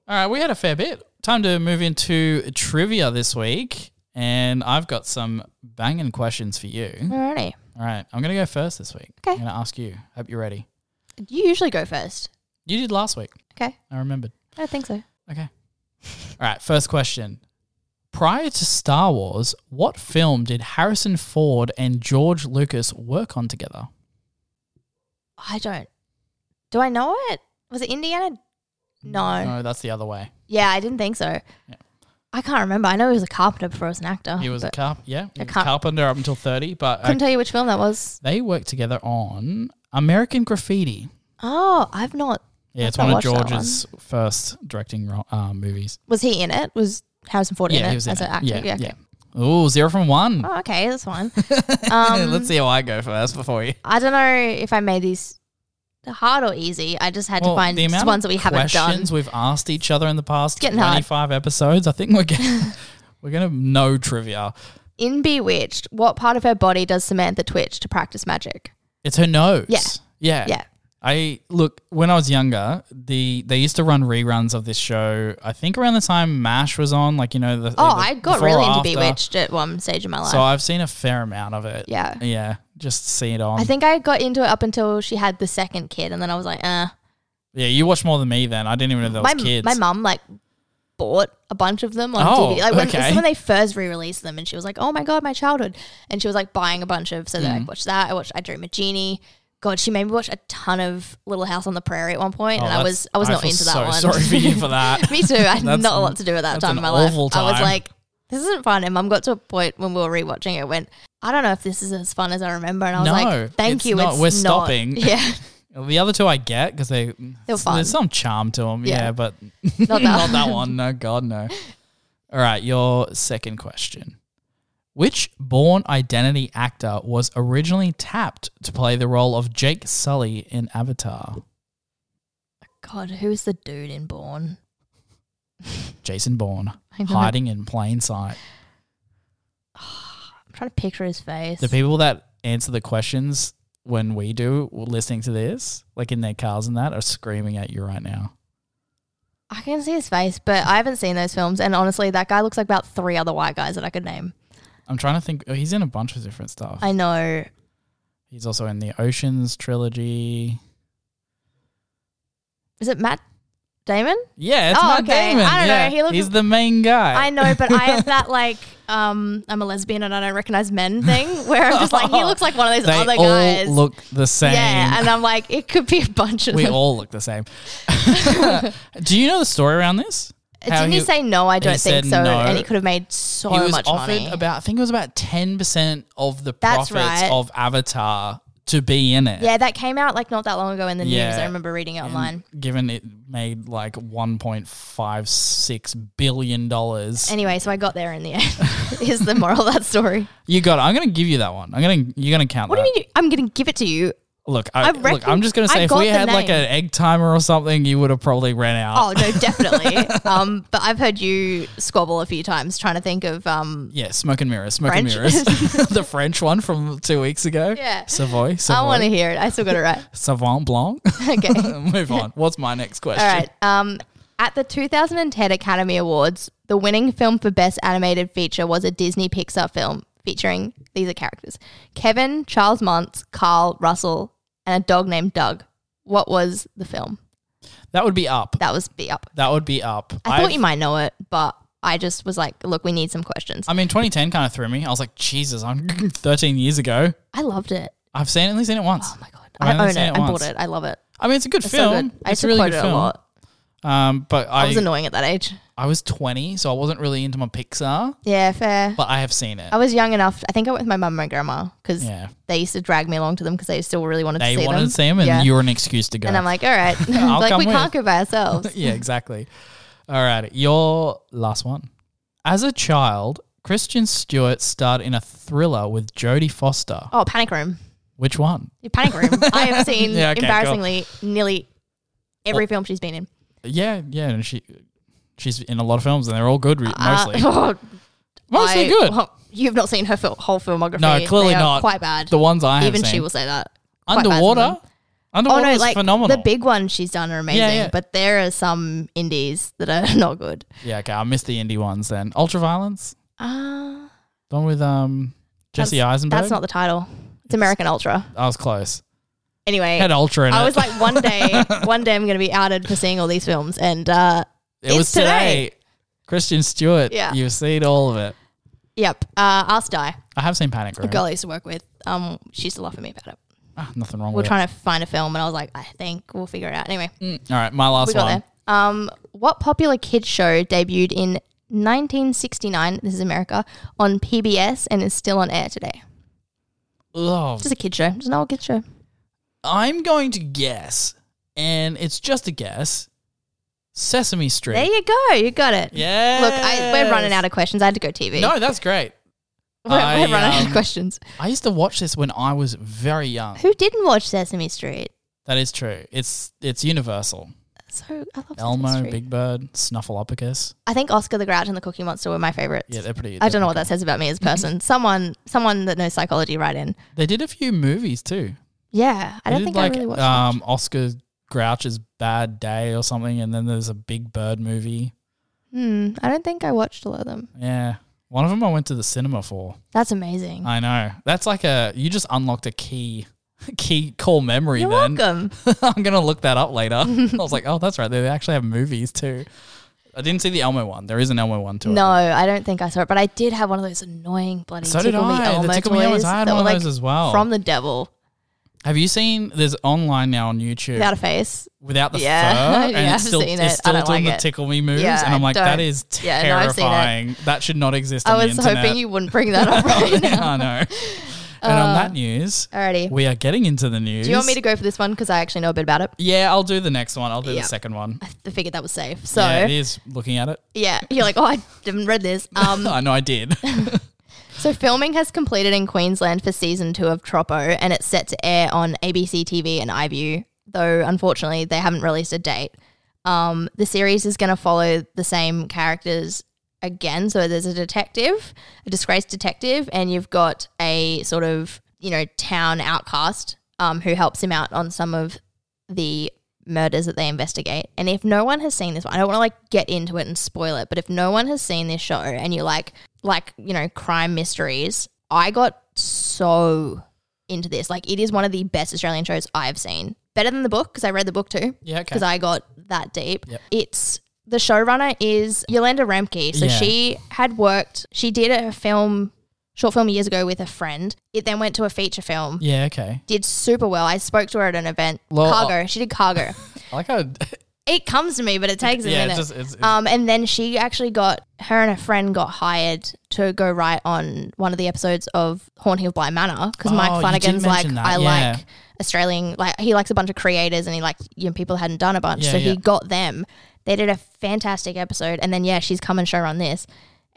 Speaker 2: All right, we had a fair bit. Time to move into trivia this week, and I've got some banging questions for you.
Speaker 1: alrighty
Speaker 2: All right, I'm going to go first this week.
Speaker 1: Mm. Okay.
Speaker 2: I'm going to ask you. Hope you're ready.
Speaker 1: You usually go first.
Speaker 2: You did last week.
Speaker 1: Okay.
Speaker 2: I remembered.
Speaker 1: I don't think so.
Speaker 2: Okay. All right, first question. Prior to Star Wars, what film did Harrison Ford and George Lucas work on together?
Speaker 1: I don't. Do I know it? Was it Indiana? No.
Speaker 2: No, that's the other way.
Speaker 1: Yeah, I didn't think so.
Speaker 2: Yeah.
Speaker 1: I can't remember. I know he was a carpenter before he was an actor.
Speaker 2: He was a
Speaker 1: but
Speaker 2: carp, yeah, he
Speaker 1: a
Speaker 2: was a
Speaker 1: carp-
Speaker 2: carpenter up until 30, but uh,
Speaker 1: couldn't tell you which film that was.
Speaker 2: they worked together on American Graffiti.
Speaker 1: Oh, I've not.
Speaker 2: Yeah, it's
Speaker 1: I've
Speaker 2: one
Speaker 1: not
Speaker 2: of
Speaker 1: watched that
Speaker 2: George's first directing ro- uh, movies.
Speaker 1: Was he in it? Was Harrison Ford in
Speaker 2: Yeah,
Speaker 1: it
Speaker 2: he was in
Speaker 1: as
Speaker 2: it.
Speaker 1: an actor?
Speaker 2: Yeah,
Speaker 1: okay.
Speaker 2: yeah. Ooh, zero from one.
Speaker 1: Oh, okay, that's fine. Um,
Speaker 2: Let's see how I go first before you.
Speaker 1: I don't know if I made these hard or easy. I just had to find
Speaker 2: amount
Speaker 1: ones that
Speaker 2: of
Speaker 1: we haven't done.
Speaker 2: questions we've asked each other in the past
Speaker 1: getting hard.
Speaker 2: 25 episodes. I think we're getting we're gonna know trivia.
Speaker 1: In Bewitched, what part of her body does Samantha twitch to practice magic?
Speaker 2: It's her nose.
Speaker 1: Yeah.
Speaker 2: yeah,
Speaker 1: Yeah.
Speaker 2: I look when I was younger, the they used to run reruns of this show. I think around the time Mash was on, like you know the
Speaker 1: Oh,
Speaker 2: the
Speaker 1: I got
Speaker 2: before or
Speaker 1: really into
Speaker 2: after.
Speaker 1: Bewitched at one stage of my life.
Speaker 2: So I've seen a fair amount of it.
Speaker 1: Yeah.
Speaker 2: yeah, just see it on.
Speaker 1: I think I got into it up until she had the second kid, and then I was like, eh.
Speaker 2: Yeah, you watched more than me then. I didn't even know there
Speaker 1: My
Speaker 2: was kids.
Speaker 1: my mum like bought a bunch of them on
Speaker 2: Oh,
Speaker 1: DVD. Like when,
Speaker 2: okay.
Speaker 1: this is when they first re-released them, and she was like, "Oh my god, my childhood!" And she was like buying a bunch of. So
Speaker 2: Mm.
Speaker 1: then I watched that. I watched I Dream a Genie. God, she made me watch a ton of Little House on the Prairie at one point,
Speaker 2: Oh,
Speaker 1: and I was
Speaker 2: that's-
Speaker 1: I was not
Speaker 2: feel
Speaker 1: into
Speaker 2: so
Speaker 1: that one.
Speaker 2: Sorry for you for that.
Speaker 1: Me too. I had
Speaker 2: That's-
Speaker 1: not a lot to do with that
Speaker 2: that's
Speaker 1: time
Speaker 2: an
Speaker 1: in my life.
Speaker 2: awful
Speaker 1: I was
Speaker 2: time.
Speaker 1: like, this isn't fun. And mum got to a point when we were rewatching it, went, I don't know if this is as fun as I remember. And I was
Speaker 2: No,
Speaker 1: like, thank
Speaker 2: it's
Speaker 1: you.
Speaker 2: not.
Speaker 1: It's
Speaker 2: We're
Speaker 1: not.
Speaker 2: stopping.
Speaker 1: Yeah.
Speaker 2: the other two I get because they
Speaker 1: fun.
Speaker 2: there's some charm to them. Yeah,
Speaker 1: Yeah.
Speaker 2: but
Speaker 1: Not that
Speaker 2: not
Speaker 1: one.
Speaker 2: that one. No, God, no. All right, your second question. Which born identity actor was originally tapped to play the role of Jake Sully in Avatar?
Speaker 1: God, who's the dude in Born?
Speaker 2: Jason Bourne,
Speaker 1: I know.
Speaker 2: hiding in plain sight.
Speaker 1: I'm trying to picture his face.
Speaker 2: The people that answer the questions when we do listening to this, like in their cars and that, are screaming at you right now.
Speaker 1: I can see his face, but I haven't seen those films. And honestly, that guy looks like about three other white guys that I could name.
Speaker 2: I'm trying to think. oh, He's in a bunch of different stuff.
Speaker 1: I know.
Speaker 2: he's also in the Oceans trilogy.
Speaker 1: Is it Matt Damon?
Speaker 2: Yeah, it's
Speaker 1: Oh,
Speaker 2: Matt
Speaker 1: okay.
Speaker 2: Damon.
Speaker 1: I don't know,
Speaker 2: yeah.
Speaker 1: he looks-
Speaker 2: he's the main guy.
Speaker 1: I know, but I have that like um, I'm a lesbian and I don't recognize men thing where I'm just like he looks like one of those
Speaker 2: they
Speaker 1: other
Speaker 2: all
Speaker 1: guys.
Speaker 2: look the same.
Speaker 1: Yeah, and I'm like, it could be a bunch of
Speaker 2: we
Speaker 1: them.
Speaker 2: all look the same. do you know the story around this? How
Speaker 1: Uh, Didn't he, say no? I don't
Speaker 2: said
Speaker 1: think so.
Speaker 2: no.
Speaker 1: And he could have made so
Speaker 2: he was
Speaker 1: much
Speaker 2: offered
Speaker 1: money.
Speaker 2: about I think it was about ten percent of the
Speaker 1: That's
Speaker 2: profits
Speaker 1: right.
Speaker 2: of Avatar to be in it.
Speaker 1: Yeah, that came out like not that long ago in the news.
Speaker 2: Yeah.
Speaker 1: I remember reading it
Speaker 2: And
Speaker 1: online.
Speaker 2: Given it made like one point five six billion dollars,
Speaker 1: Anyway, so I got there in the end. Is the moral of that story?
Speaker 2: you got. It. I'm gonna give you that one. I'm gonna you're gonna count.
Speaker 1: What
Speaker 2: that.
Speaker 1: do you mean? You, I'm going to give it to you?
Speaker 2: Look,
Speaker 1: I
Speaker 2: I,
Speaker 1: reckon
Speaker 2: look, I'm just gonna
Speaker 1: I
Speaker 2: say if
Speaker 1: got
Speaker 2: we
Speaker 1: the
Speaker 2: had like
Speaker 1: name.
Speaker 2: an egg timer or something, you would have probably ran out.
Speaker 1: Oh no, definitely. um, but I've heard you squabble a few times trying to think of um.
Speaker 2: Yeah, smoke and mirrors, smoke and
Speaker 1: French.
Speaker 2: mirrors. the French one from two weeks ago.
Speaker 1: Yeah.
Speaker 2: Savoy, Savoy,
Speaker 1: I want to hear it. I still got it right.
Speaker 2: Savant Blanc.
Speaker 1: Okay.
Speaker 2: Move on. What's my next question?
Speaker 1: All right. Um, at the 2010 Academy Awards, the winning film for Best Animated Feature was a Disney Pixar film featuring these are characters Kevin, Charles Muntz, Carl, Russell, and a dog named Doug. What was the film?
Speaker 2: That would be up.
Speaker 1: That was B Up.
Speaker 2: That would be up.
Speaker 1: I
Speaker 2: I've-
Speaker 1: thought you might know it, but I just was like, look, we need some questions.
Speaker 2: I mean, 2010 kind of threw me. I was like, Jesus, I'm 13 years ago.
Speaker 1: I loved it.
Speaker 2: I've seen only seen it once.
Speaker 1: Oh my God.
Speaker 2: I've only
Speaker 1: I own it.
Speaker 2: seen
Speaker 1: I
Speaker 2: it once.
Speaker 1: bought it. I love it.
Speaker 2: I mean, it's a good
Speaker 1: It's
Speaker 2: film.
Speaker 1: so good. I
Speaker 2: it's
Speaker 1: used
Speaker 2: a
Speaker 1: to
Speaker 2: really
Speaker 1: quote
Speaker 2: good
Speaker 1: it
Speaker 2: film.
Speaker 1: a lot.
Speaker 2: Um, but I
Speaker 1: I
Speaker 2: I
Speaker 1: was
Speaker 2: was,
Speaker 1: annoying at that age.
Speaker 2: 20, so I wasn't really into my Pixar,
Speaker 1: Yeah, fair.
Speaker 2: but I have seen it.
Speaker 1: I was young enough. I think I went with my mum and my grandma because
Speaker 2: Yeah,
Speaker 1: they used to drag me along to them because they still really wanted
Speaker 2: they
Speaker 1: to see
Speaker 2: wanted
Speaker 1: them.
Speaker 2: to see him, and you were an excuse to go.
Speaker 1: and I'm like, all right.
Speaker 2: I'll
Speaker 1: like,
Speaker 2: come
Speaker 1: we
Speaker 2: with.
Speaker 1: can't go by ourselves.
Speaker 2: yeah, exactly. All right, your last one. As a child, Christian Stewart starred in a thriller with Jodie Foster.
Speaker 1: Oh, panic room.
Speaker 2: Which one?
Speaker 1: Your panic room. I have seen
Speaker 2: Yeah, okay, cool.
Speaker 1: embarrassingly nearly every film she's been in.
Speaker 2: Yeah, yeah, and she she's in a lot of films, and they're all good, re- mostly.
Speaker 1: Uh,
Speaker 2: mostly
Speaker 1: I-
Speaker 2: good.
Speaker 1: well, you've not seen her fil- whole filmography.
Speaker 2: No, clearly
Speaker 1: They are
Speaker 2: not.
Speaker 1: Quite bad.
Speaker 2: the ones I have
Speaker 1: Even
Speaker 2: seen.
Speaker 1: she will say that. quite bad some of
Speaker 2: underwater.
Speaker 1: them. Oh
Speaker 2: Underwater
Speaker 1: no,
Speaker 2: is
Speaker 1: like
Speaker 2: phenomenal.
Speaker 1: the big ones she's done are amazing,
Speaker 2: yeah.
Speaker 1: but there are some indies that are not good.
Speaker 2: yeah, okay, I missed the indie ones then. Ultraviolence,
Speaker 1: Uh,
Speaker 2: the one with um Jesse Eisenberg.
Speaker 1: that's not the title. It's American Ultra.
Speaker 2: I was close.
Speaker 1: Anyway,
Speaker 2: Had Ultra in
Speaker 1: I
Speaker 2: it.
Speaker 1: was like, one day, one day I'm going to be outed for seeing all these films. And uh,
Speaker 2: it was
Speaker 1: it's today.
Speaker 2: today. Christian Stewart.
Speaker 1: Yeah.
Speaker 2: you've seen all of it.
Speaker 1: yep, uh, Ask Die,
Speaker 2: I have seen Panic
Speaker 1: a
Speaker 2: Room.
Speaker 1: girl I used to work with, um, she used to laugh at me about it.
Speaker 2: Ah, nothing wrong
Speaker 1: We're
Speaker 2: with it.
Speaker 1: trying to find a film, and I was like, I think we'll figure it out. Anyway,
Speaker 2: Mm. All right, my last
Speaker 1: we got
Speaker 2: one.
Speaker 1: there. Um, what popular kids show debuted in 1969? This is America on PBS and is still on air today.
Speaker 2: Oh,
Speaker 1: Just a kid show, just an old kid show.
Speaker 2: I'm going to guess, and it's just a guess. Sesame Street.
Speaker 1: There you go, you got it.
Speaker 2: yeah.
Speaker 1: Look, I, we're running out of questions. I had to go TV.
Speaker 2: No, that's great.
Speaker 1: we're, we're
Speaker 2: I,
Speaker 1: running out
Speaker 2: um,
Speaker 1: of questions.
Speaker 2: I used to watch this when I was very young.
Speaker 1: Who didn't watch Sesame Street?
Speaker 2: That is true. It's it's universal.
Speaker 1: So I love Sesame
Speaker 2: Elmo,
Speaker 1: Street.
Speaker 2: Big Bird, Snuffleupagus.
Speaker 1: I think Oscar the Grouch and the Cookie Monster were my favorites.
Speaker 2: Yeah, they're pretty.
Speaker 1: I don't know what that says about me as a person. someone, someone that knows psychology, right in.
Speaker 2: They did a few movies too.
Speaker 1: Yeah, I
Speaker 2: They
Speaker 1: don't
Speaker 2: did,
Speaker 1: think
Speaker 2: like
Speaker 1: I really watched. much.
Speaker 2: um, Oscar Grouch's Bad Day or something, and then there's a Big Bird movie.
Speaker 1: Hmm, I don't think I watched a lot of them.
Speaker 2: Yeah, one of them I went to the cinema for.
Speaker 1: That's amazing.
Speaker 2: I know that's like a you just unlocked a key key core memory.
Speaker 1: You're
Speaker 2: then
Speaker 1: welcome.
Speaker 2: I'm gonna look that up later. I was like, oh, that's right. They actually have movies too. I didn't see the Elmo one. There is an Elmo one too. I
Speaker 1: No, I don't think I saw it, but I did have one of those annoying bloody
Speaker 2: So did
Speaker 1: tickle me
Speaker 2: I. The
Speaker 1: Elmo
Speaker 2: Tickle Me
Speaker 1: toys
Speaker 2: Elmos, I had
Speaker 1: that
Speaker 2: one
Speaker 1: were
Speaker 2: of
Speaker 1: like
Speaker 2: those as well.
Speaker 1: from the devil
Speaker 2: Have you seen? There's online now on YouTube
Speaker 1: without
Speaker 2: without,
Speaker 1: a face.
Speaker 2: the
Speaker 1: Yeah.
Speaker 2: fur, and
Speaker 1: Yeah,
Speaker 2: it's
Speaker 1: I've
Speaker 2: still
Speaker 1: seen
Speaker 2: it's
Speaker 1: it.
Speaker 2: still
Speaker 1: I don't
Speaker 2: doing
Speaker 1: like
Speaker 2: the
Speaker 1: it.
Speaker 2: tickle me moves,
Speaker 1: Yeah,
Speaker 2: and I'm
Speaker 1: I
Speaker 2: like, that
Speaker 1: don't-
Speaker 2: is
Speaker 1: Yeah, no, I've seen it.
Speaker 2: terrifying. that should not exist. on
Speaker 1: I
Speaker 2: the
Speaker 1: was
Speaker 2: internet.
Speaker 1: hoping you wouldn't bring that up right now.
Speaker 2: I know. And on that news,
Speaker 1: Alrighty.
Speaker 2: we are getting into the
Speaker 1: Uh,
Speaker 2: news.
Speaker 1: Do you want me to go for this one? Because I actually know a bit about it.
Speaker 2: Yeah, I'll do the next one. I'll do
Speaker 1: Yeah.
Speaker 2: the second one.
Speaker 1: I figured that was safe. So
Speaker 2: yeah, it is looking at it.
Speaker 1: yeah, you're like, oh, I didn't read this. Um,
Speaker 2: I know I did.
Speaker 1: So filming has completed in Queensland for season two of Troppo, and it's set to air on ABC TV and iView. Though unfortunately, they haven't released a date. Um, the series is going to follow the same characters again. So there's a detective, a disgraced detective, and you've got a sort of you know town outcast um, who helps him out on some of the murders that they investigate. And if no one has seen this one, I don't want to like get into it and spoil it, but if no one has seen this show and you like like, you know, crime mysteries, I got so into this. Like it is one of the best Australian shows I've seen. Better than the book because I read the book too
Speaker 2: yeah, okay.
Speaker 1: because I got that deep.
Speaker 2: Yep.
Speaker 1: It's the showrunner is Yolanda Remke. So
Speaker 2: Yeah.
Speaker 1: she had worked, she did a film, short film years ago with a friend. It then went to a feature film,
Speaker 2: yeah, okay.
Speaker 1: did super well. I spoke to her at an event,
Speaker 2: Well, uh,
Speaker 1: Cargo. She did Cargo.
Speaker 2: I like how
Speaker 1: it comes to me, but it takes a
Speaker 2: yeah,
Speaker 1: minute.
Speaker 2: it's just it's, it's
Speaker 1: um, and then she actually got her and a friend got hired to go right on one of the episodes of Haunting of Bly Manor because
Speaker 2: Oh,
Speaker 1: Mike
Speaker 2: you did
Speaker 1: Flanagan's like,
Speaker 2: mention that,
Speaker 1: I
Speaker 2: yeah.
Speaker 1: like Australian, like he likes a bunch of creators and he liked you know, people hadn't done a bunch,
Speaker 2: Yeah,
Speaker 1: so
Speaker 2: yeah.
Speaker 1: he got them. They did a fantastic episode, and then yeah, she's come and show on this,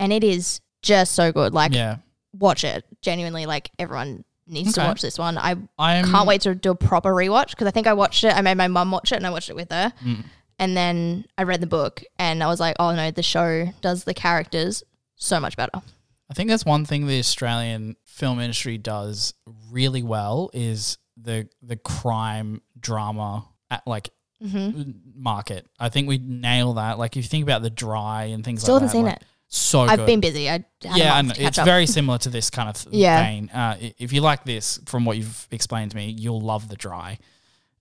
Speaker 1: and it is just so good. Like,
Speaker 2: yeah.
Speaker 1: watch it genuinely. Like everyone needs
Speaker 2: Okay.
Speaker 1: to watch this one. I
Speaker 2: I'm
Speaker 1: can't wait to do a proper rewatch because I think I watched it. I made my mum watch it and I watched it with her.
Speaker 2: Mm.
Speaker 1: And then I read the book and I was like, oh no, the show does the characters so much
Speaker 2: Oh
Speaker 1: better.
Speaker 2: I think that's one thing the Australian film industry does really well is the the crime drama at like
Speaker 1: Mm-hmm.
Speaker 2: market. I think we nail that. Like if you think about the dry and things
Speaker 1: Still
Speaker 2: like
Speaker 1: haven't
Speaker 2: that.
Speaker 1: seen
Speaker 2: like,
Speaker 1: it.
Speaker 2: So
Speaker 1: I've
Speaker 2: good.
Speaker 1: been busy. I had
Speaker 2: yeah,
Speaker 1: yeah,
Speaker 2: I
Speaker 1: a month
Speaker 2: know.
Speaker 1: to catch
Speaker 2: it's
Speaker 1: up.
Speaker 2: very similar to this kind of th-
Speaker 1: Yeah.
Speaker 2: vein. Uh, i- if you like this, from what you've explained to me, you'll love the dry,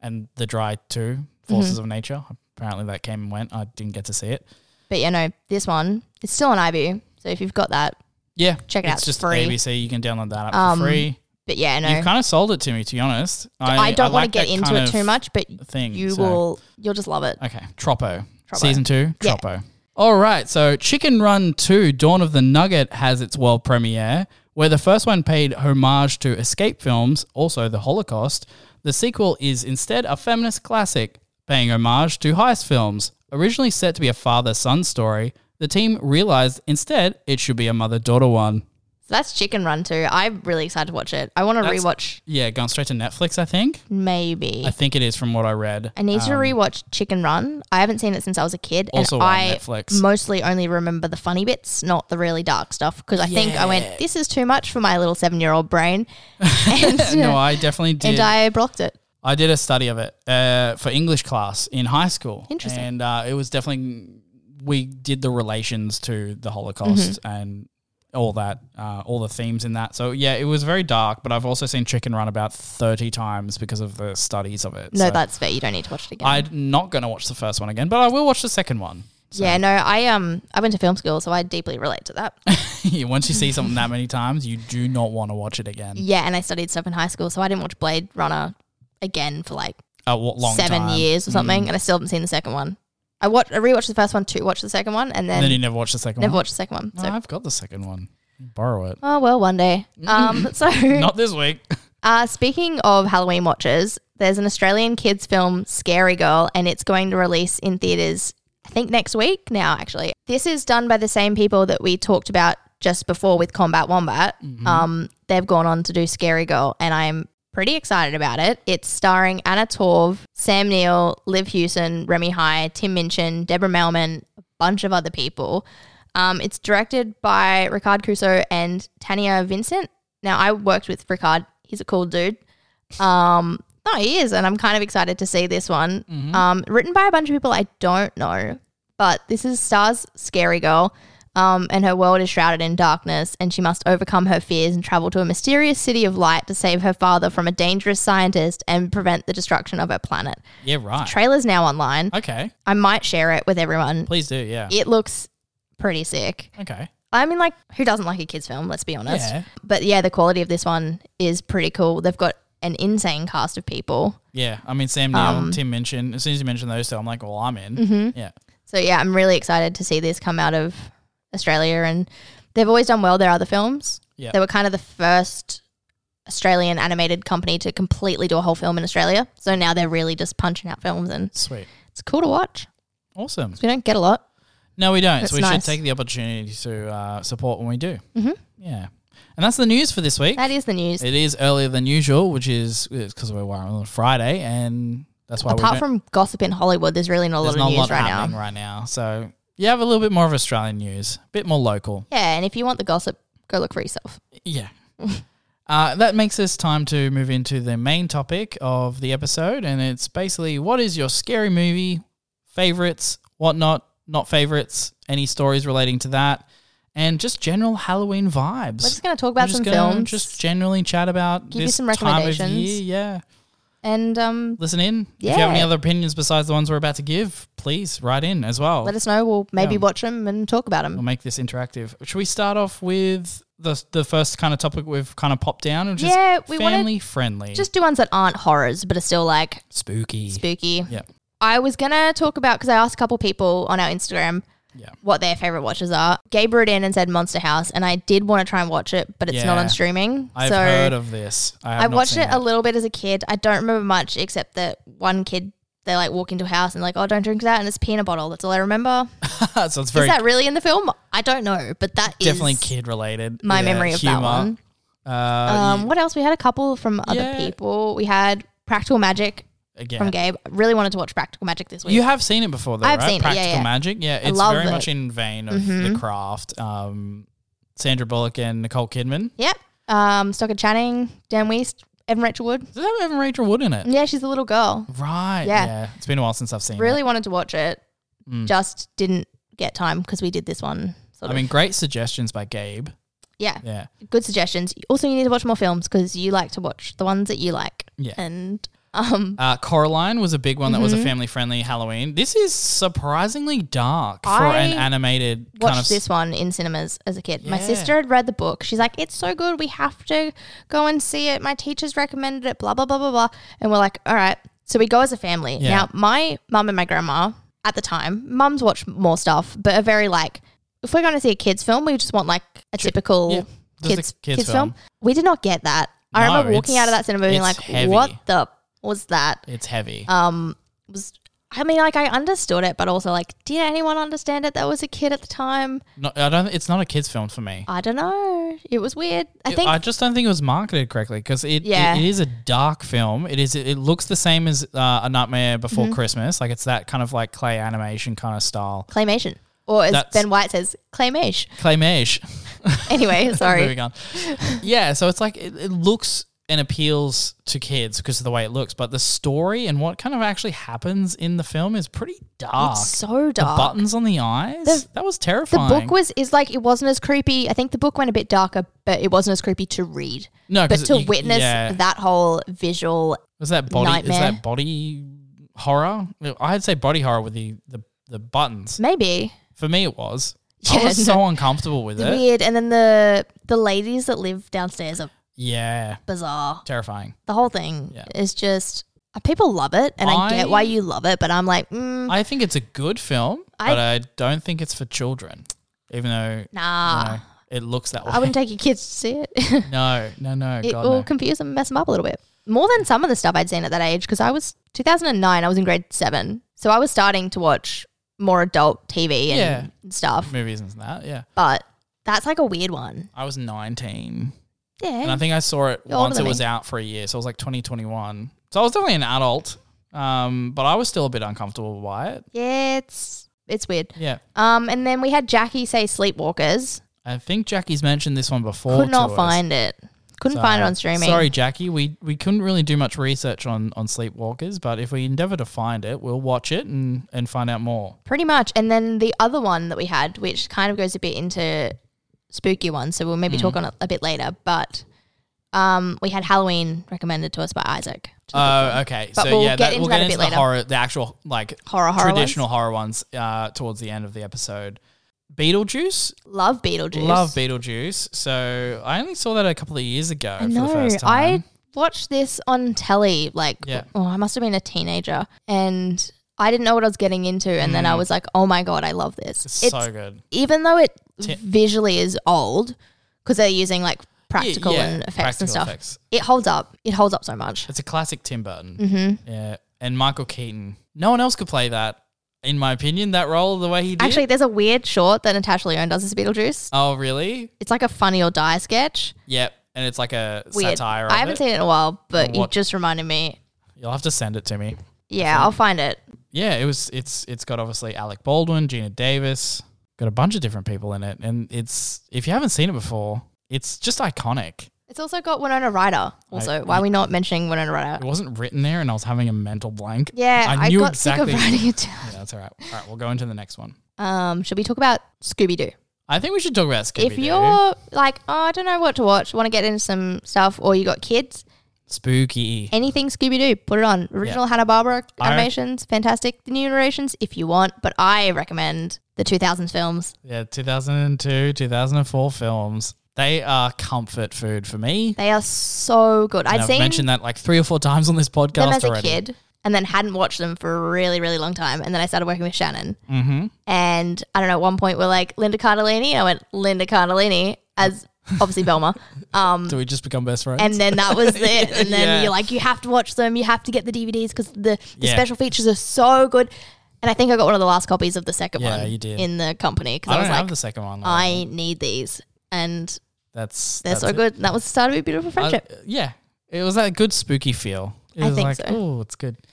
Speaker 2: and the dry too. Forces
Speaker 1: Mm-hmm.
Speaker 2: of Nature. Apparently, that came and went. I didn't get to see it.
Speaker 1: but you know, this one it's still on iView. So if you've got that,
Speaker 2: Yeah,
Speaker 1: Check it out,
Speaker 2: It's
Speaker 1: it's
Speaker 2: just
Speaker 1: free.
Speaker 2: ABC. You can download that app
Speaker 1: Um,
Speaker 2: for free.
Speaker 1: but yeah, no,
Speaker 2: You've kind of sold it to me, to be honest.
Speaker 1: I, don't
Speaker 2: like
Speaker 1: want to get
Speaker 2: that
Speaker 1: into
Speaker 2: kind
Speaker 1: it
Speaker 2: of
Speaker 1: too much, but
Speaker 2: Thing.
Speaker 1: you
Speaker 2: so-
Speaker 1: will, you'll just love it.
Speaker 2: Okay, Troppo.
Speaker 1: Troppo.
Speaker 2: Season two,
Speaker 1: Yeah.
Speaker 2: Troppo. All right, so Chicken Run 2 Dawn of the Nugget has its world premiere, where the first one paid homage to escape films, also the Holocaust. The sequel is instead a feminist classic, paying homage to heist films. Originally set to be a father son story, the team realized instead it should be a mother daughter one.
Speaker 1: So that's Chicken Run too. I'm really excited to watch it. I want to
Speaker 2: That's-
Speaker 1: rewatch
Speaker 2: Yeah, gone straight to Netflix, I think.
Speaker 1: maybe.
Speaker 2: I think it is from what I read.
Speaker 1: I need to rewatch Chicken Run. I haven't seen it since I was a kid,
Speaker 2: Um, Also on
Speaker 1: and I
Speaker 2: Netflix.
Speaker 1: mostly only remember the funny bits, not the really dark stuff. Because I think I
Speaker 2: Yeah.
Speaker 1: went, "This is too much for my little seven-year-old brain," and,
Speaker 2: no, I definitely did.
Speaker 1: and I blocked it.
Speaker 2: I did a study of it uh, for English class in high school.
Speaker 1: Interesting.
Speaker 2: And uh, it was definitely, we did the relations to the Holocaust
Speaker 1: Mm-hmm.
Speaker 2: and all that, uh, all the themes in that. So, yeah, it was very dark, but I've also seen Chicken Run about 30 times because of the studies of it.
Speaker 1: No,
Speaker 2: So
Speaker 1: that's fair. You don't need to watch it again.
Speaker 2: I'm not going to watch the first one again, but I will watch the second one.
Speaker 1: Yeah, no, I um, I went to film school, so I deeply relate to that.
Speaker 2: Once you see something that many times, you do not want to watch it again.
Speaker 1: yeah, and I studied stuff in high school, so I didn't watch Blade Runner again for like
Speaker 2: A wa- long
Speaker 1: seven
Speaker 2: time. Mm.
Speaker 1: years or something, and I still haven't seen the second one. I watched, I rewatched the first one to watch the second one, and
Speaker 2: And
Speaker 1: then,
Speaker 2: then you never watch the second
Speaker 1: never
Speaker 2: one.
Speaker 1: watched the second one.
Speaker 2: No,
Speaker 1: So,
Speaker 2: I've got the second one. Borrow it.
Speaker 1: oh well, one day. Um, so
Speaker 2: Not this week.
Speaker 1: Uh, speaking of Halloween watches, there's an Australian kids film, Scary Girl, and it's going to release in theaters, I think next week now, actually. This is done by the same people that we talked about just before with Combat Wombat. Um, they've gone on to do Scary Girl, and I'm pretty excited about it. It's starring Anna Torv, Sam Neill, Liv Hewson, Remy High, Tim Minchin, Deborah Melman, a bunch of other people. Um, it's directed by Ricard Crusoe and Tania Vincent. Now, I worked with Ricard. He's a cool dude. Um, no, he is, and I'm kind of excited to see this one. Um, written by a bunch of people I don't know, but this is Star's Scary Girl, um, and her world is shrouded in darkness, and she must overcome her fears and travel to a mysterious city of light to save her father from a dangerous scientist and prevent the destruction of her planet.
Speaker 2: Yeah, right.
Speaker 1: Trailer's now online.
Speaker 2: Okay.
Speaker 1: I might share it with everyone.
Speaker 2: Please do, yeah.
Speaker 1: It looks pretty sick.
Speaker 2: Okay.
Speaker 1: I mean, like, who doesn't like a kids' film? Let's be honest.
Speaker 2: Yeah.
Speaker 1: But yeah, the quality of this one is pretty cool. They've got an insane cast of people.
Speaker 2: Yeah. I mean, Sam Neill,
Speaker 1: Um,
Speaker 2: Tim Minchin. As soon as you mention those two, I'm like, well, I'm in.
Speaker 1: Mm-hmm.
Speaker 2: Yeah.
Speaker 1: So yeah, I'm really excited to see this come out of Australia. And they've always done well their other films.
Speaker 2: Yeah.
Speaker 1: They were kind of the first Australian animated company to completely do a whole film in Australia. So now they're really just punching out films, and
Speaker 2: Sweet.
Speaker 1: it's cool to watch.
Speaker 2: Awesome.
Speaker 1: We don't get a lot.
Speaker 2: No, we don't.
Speaker 1: That's
Speaker 2: so we should
Speaker 1: nice.
Speaker 2: take the opportunity to uh, support when we do. Mm-hmm. Yeah. And that's the news for this week.
Speaker 1: That is the news.
Speaker 2: it is earlier than usual, which is because we're wiring on a Friday, and that's why
Speaker 1: Apart
Speaker 2: we don't,
Speaker 1: from gossip in Hollywood, there's really not a lot
Speaker 2: there's
Speaker 1: of
Speaker 2: not a
Speaker 1: news
Speaker 2: lot
Speaker 1: right now.
Speaker 2: happening right now. So you have a little bit more of Australian news, a bit more local.
Speaker 1: Yeah, and if you want the gossip, go look for yourself.
Speaker 2: Yeah. Uh, that makes us time to move into the main topic of the episode, and it's basically what is your scary movie, favorites, whatnot, not favorites, any stories relating to that, and just general Halloween vibes.
Speaker 1: We're just going to talk about some
Speaker 2: gonna
Speaker 1: films
Speaker 2: Just generally chat about
Speaker 1: Give you
Speaker 2: this
Speaker 1: some
Speaker 2: time of
Speaker 1: recommendations.
Speaker 2: year. Yeah,
Speaker 1: and um,
Speaker 2: listen in. If you have any
Speaker 1: Yeah.
Speaker 2: other opinions besides the ones we're about to give, please write in as well.
Speaker 1: let us know. We'll maybe
Speaker 2: Yeah. Um,
Speaker 1: watch them and talk about them.
Speaker 2: We'll make this interactive. Should we start off with the the first kind of topic we've kind of popped down and just
Speaker 1: Yeah, we wanted-
Speaker 2: family friendly,
Speaker 1: Just do ones that aren't horrors but are still like
Speaker 2: spooky.
Speaker 1: spooky.
Speaker 2: Yeah.
Speaker 1: I was going to talk about because I asked a couple people on our Instagram
Speaker 2: Yeah.
Speaker 1: what their favorite watches are. Gabe wrote in and said Monster House, and I did want to try and watch it, but it's not
Speaker 2: Yeah.
Speaker 1: on streaming.
Speaker 2: I've
Speaker 1: so
Speaker 2: heard of this. I, have
Speaker 1: I
Speaker 2: not
Speaker 1: watched
Speaker 2: seen
Speaker 1: it a little bit as a kid. I don't remember much except that one kid they like walk into a house and like, oh, don't drink that, and it's peanut bottle. That's all I remember.
Speaker 2: so it's very
Speaker 1: is that really in the film? I don't know, but that is
Speaker 2: definitely kid related.
Speaker 1: my memory of that one.
Speaker 2: Uh,
Speaker 1: Um,
Speaker 2: you-
Speaker 1: what else? We had a couple from other
Speaker 2: Yeah.
Speaker 1: people. We had Practical Magic
Speaker 2: again,
Speaker 1: from Gabe. Really wanted to watch Practical Magic this week.
Speaker 2: You have seen it before, though,
Speaker 1: I've
Speaker 2: right?
Speaker 1: seen it, yeah,
Speaker 2: Practical
Speaker 1: yeah.
Speaker 2: Magic. Yeah, it's
Speaker 1: love
Speaker 2: very
Speaker 1: it. Mm-hmm.
Speaker 2: much in vein of the craft. Um, Sandra Bullock and Nicole Kidman.
Speaker 1: yep. Um, Stockard Channing, Dan Weist, Evan Rachel Wood.
Speaker 2: Does that have Rachel Wood in it?
Speaker 1: Yeah, she's a little girl.
Speaker 2: Right.
Speaker 1: Mm. Yeah.
Speaker 2: Yeah. It's been a while since I've seen it.
Speaker 1: Really wanted to watch it. Just didn't get time because we did this one. Sort
Speaker 2: Hmm. I
Speaker 1: of.
Speaker 2: mean, great suggestions by Gabe.
Speaker 1: yeah,
Speaker 2: Yeah.
Speaker 1: good suggestions. Also, you need to watch more films because you like to watch the ones that you like.
Speaker 2: Yeah.
Speaker 1: And um,
Speaker 2: Uh, Coraline was a big one that
Speaker 1: Mm-hmm.
Speaker 2: was a family friendly Halloween. This is surprisingly dark for an
Speaker 1: I
Speaker 2: animated
Speaker 1: watched
Speaker 2: kind of.
Speaker 1: this one in cinemas as a kid. My
Speaker 2: Yeah.
Speaker 1: sister had read the book. She's like, "It's so good. We have to go and see it. My teachers recommended it." Blah blah blah blah blah. And we're like, "All right." So we go as a family.
Speaker 2: Yeah.
Speaker 1: Now, my mum and my grandma at the time, mums watched more stuff, but are very like, if we're going to see a kids film, we just want like a typical
Speaker 2: yeah, just a
Speaker 1: kids,
Speaker 2: kids
Speaker 1: kids film.
Speaker 2: film.
Speaker 1: We did not get that. I
Speaker 2: No,
Speaker 1: remember walking
Speaker 2: it's-
Speaker 1: out of that cinema being like,
Speaker 2: it's heavy.
Speaker 1: "What the was that?"
Speaker 2: It's heavy.
Speaker 1: um was I mean like I understood it but also like did anyone understand it that was a kid at the time
Speaker 2: No, I don't. It's not a kids film for me.
Speaker 1: I don't know it was weird I think
Speaker 2: I just don't think it was marketed correctly because it,
Speaker 1: Yeah.
Speaker 2: it it is a dark film. It is it looks the same as uh, a Nightmare Before
Speaker 1: Mm-hmm.
Speaker 2: Christmas. Like it's that kind of like clay animation kind of style.
Speaker 1: claymation or as
Speaker 2: That's-
Speaker 1: Ben White says claymation
Speaker 2: Claymation.
Speaker 1: anyway sorry
Speaker 2: Moving on. yeah, so it's like it, it looks and appeals to kids because of the way it looks, but the story and what kind of actually happens in the film is pretty dark.
Speaker 1: it's so
Speaker 2: the
Speaker 1: dark
Speaker 2: buttons on the eyes. that was
Speaker 1: the
Speaker 2: terrifying.
Speaker 1: book was is like it wasn't as creepy I think the book went a bit darker but it wasn't as creepy to read
Speaker 2: no,
Speaker 1: but
Speaker 2: 'cause
Speaker 1: to
Speaker 2: you-
Speaker 1: witness
Speaker 2: yeah.
Speaker 1: that whole visual
Speaker 2: Was that body? Is
Speaker 1: Nightmare.
Speaker 2: that body horror? I'd say body horror with the the, the buttons.
Speaker 1: maybe
Speaker 2: For me, it was.
Speaker 1: Yeah,
Speaker 2: I was
Speaker 1: no.
Speaker 2: so uncomfortable with it.
Speaker 1: weird and then the the ladies that live downstairs are
Speaker 2: Yeah,
Speaker 1: bizarre
Speaker 2: terrifying.
Speaker 1: the whole thing
Speaker 2: Yeah.
Speaker 1: is just uh, people love it and I, get
Speaker 2: I-
Speaker 1: why you love it but i'm like mm,
Speaker 2: I think it's a good film,
Speaker 1: I-
Speaker 2: but I don't think it's for children. Even though you
Speaker 1: nah
Speaker 2: know, it looks that way.
Speaker 1: i wouldn't take your kids to see it
Speaker 2: no, no, no.
Speaker 1: it
Speaker 2: God,
Speaker 1: will
Speaker 2: no.
Speaker 1: confuse them and mess them up a little bit more than some of the stuff i'd seen at that age because i was 2009 i was in grade 7 so i was starting to watch more adult tv and stuff
Speaker 2: Movies and that. Yeah,
Speaker 1: but that's like a weird one
Speaker 2: I was nineteen, and I
Speaker 1: yeah
Speaker 2: think I saw it
Speaker 1: You're older
Speaker 2: once
Speaker 1: than
Speaker 2: it was
Speaker 1: me.
Speaker 2: out for a year. So it was like twenty twenty one. So I was definitely an adult, um, but I was still a bit uncomfortable by it.
Speaker 1: yeah it's it's weird
Speaker 2: Yeah,
Speaker 1: um and then we had jackie say sleepwalkers
Speaker 2: I think Jackie's mentioned this one before.
Speaker 1: could not
Speaker 2: to us.
Speaker 1: find it couldn't find it
Speaker 2: So,
Speaker 1: on streaming
Speaker 2: Sorry, Jackie, we we couldn't really do much research on on Sleepwalkers, but if we endeavour to find it, we'll watch it and and find out more.
Speaker 1: Pretty much. And then the other one that we had, which kind of goes a bit into spooky ones, so we'll maybe
Speaker 2: Hmm.
Speaker 1: talk on it a bit later, but um, we had Halloween recommended to us by Isaac.
Speaker 2: Oh, okay.
Speaker 1: But
Speaker 2: so
Speaker 1: we'll
Speaker 2: yeah,
Speaker 1: get
Speaker 2: that,
Speaker 1: into
Speaker 2: we'll
Speaker 1: that
Speaker 2: get
Speaker 1: a bit
Speaker 2: into the
Speaker 1: later.
Speaker 2: horror, the actual like
Speaker 1: Horror, horror
Speaker 2: traditional horror ones uh, towards the end of the episode. Beetlejuice,
Speaker 1: Love Beetlejuice.
Speaker 2: love Beetlejuice. So I only saw that a couple of years ago for
Speaker 1: No,
Speaker 2: the first
Speaker 1: I
Speaker 2: time.
Speaker 1: watched this on telly. Like,
Speaker 2: Yeah.
Speaker 1: oh, I must have been a teenager, and I didn't know what I was getting into. And then I was like, oh my god, I love this.
Speaker 2: Mm. It's so good.
Speaker 1: even though it
Speaker 2: Ti-
Speaker 1: visually is old, because they're using like practical
Speaker 2: yeah,
Speaker 1: and effects
Speaker 2: practical
Speaker 1: and stuff.
Speaker 2: effects.
Speaker 1: It holds up. It holds up so much.
Speaker 2: It's a classic Tim Burton. Mm-hmm. Yeah, and Michael Keaton. No one else could play that, in my opinion. That role, the way he did.
Speaker 1: Actually, there's a weird short that Natasha Leone does as Beetlejuice.
Speaker 2: oh really?
Speaker 1: It's like a funny or die sketch.
Speaker 2: Yep. And it's like a
Speaker 1: Weird.
Speaker 2: satire. Of
Speaker 1: I haven't
Speaker 2: it.
Speaker 1: seen it in a while, but you
Speaker 2: What-
Speaker 1: just reminded me.
Speaker 2: You'll have to send it to me.
Speaker 1: Yeah, I'll find it.
Speaker 2: Yeah, it was. It's it's got obviously Alec Baldwin, Gina Davis, got a bunch of different people in it, and it's if you haven't seen it before, it's just iconic.
Speaker 1: It's also got Winona Ryder. Also, why are we not mentioning Winona
Speaker 2: It
Speaker 1: Ryder?
Speaker 2: wasn't written there, and I was having a mental blank.
Speaker 1: Yeah, I,
Speaker 2: I knew
Speaker 1: got
Speaker 2: exactly.
Speaker 1: sick of writing it down.
Speaker 2: Yeah, that's all right. All right, we'll go into the next one.
Speaker 1: Um, should we talk about Scooby Doo?
Speaker 2: I think we should talk about Scooby
Speaker 1: If you're like, oh, I don't know what to watch, want to get into some stuff, or you got kids,
Speaker 2: Spooky.
Speaker 1: anything Scooby Doo, put it on. Original Hanna Barbera
Speaker 2: I-
Speaker 1: animations, fantastic. The new iterations, if you want, but I recommend the 2000s films.
Speaker 2: Yeah, 2002, 2004 films. They are comfort food for me.
Speaker 1: They are so good.
Speaker 2: And
Speaker 1: I'd
Speaker 2: I've
Speaker 1: seen
Speaker 2: mentioned that like three or four times on this
Speaker 1: them
Speaker 2: podcast
Speaker 1: as a
Speaker 2: already.
Speaker 1: kid. and then hadn't watched them for a really, really long time. And then I started working with Shannon.
Speaker 2: Mm-hmm.
Speaker 1: And I don't know, at one point we're like, Linda Cardellini. I went, Linda Cardellini, as obviously Belma. Um,
Speaker 2: Do we just become best friends?
Speaker 1: and then that was it. And then
Speaker 2: Yeah.
Speaker 1: you're like, you have to watch them. You have to get the DVDs because the, the
Speaker 2: Yeah.
Speaker 1: special features are so good. And I think I got one of the last copies of the second
Speaker 2: Yeah,
Speaker 1: one
Speaker 2: you did.
Speaker 1: in the company because
Speaker 2: I
Speaker 1: I,
Speaker 2: don't
Speaker 1: was
Speaker 2: have
Speaker 1: like,
Speaker 2: the second one.
Speaker 1: I need these. And
Speaker 2: that's
Speaker 1: they're
Speaker 2: that's
Speaker 1: so
Speaker 2: it.
Speaker 1: good. And that was the start of a beautiful
Speaker 2: I-
Speaker 1: friendship.
Speaker 2: yeah, it was that good spooky feel. It
Speaker 1: I
Speaker 2: was
Speaker 1: think
Speaker 2: like,
Speaker 1: so.
Speaker 2: oh, it's good. Uh,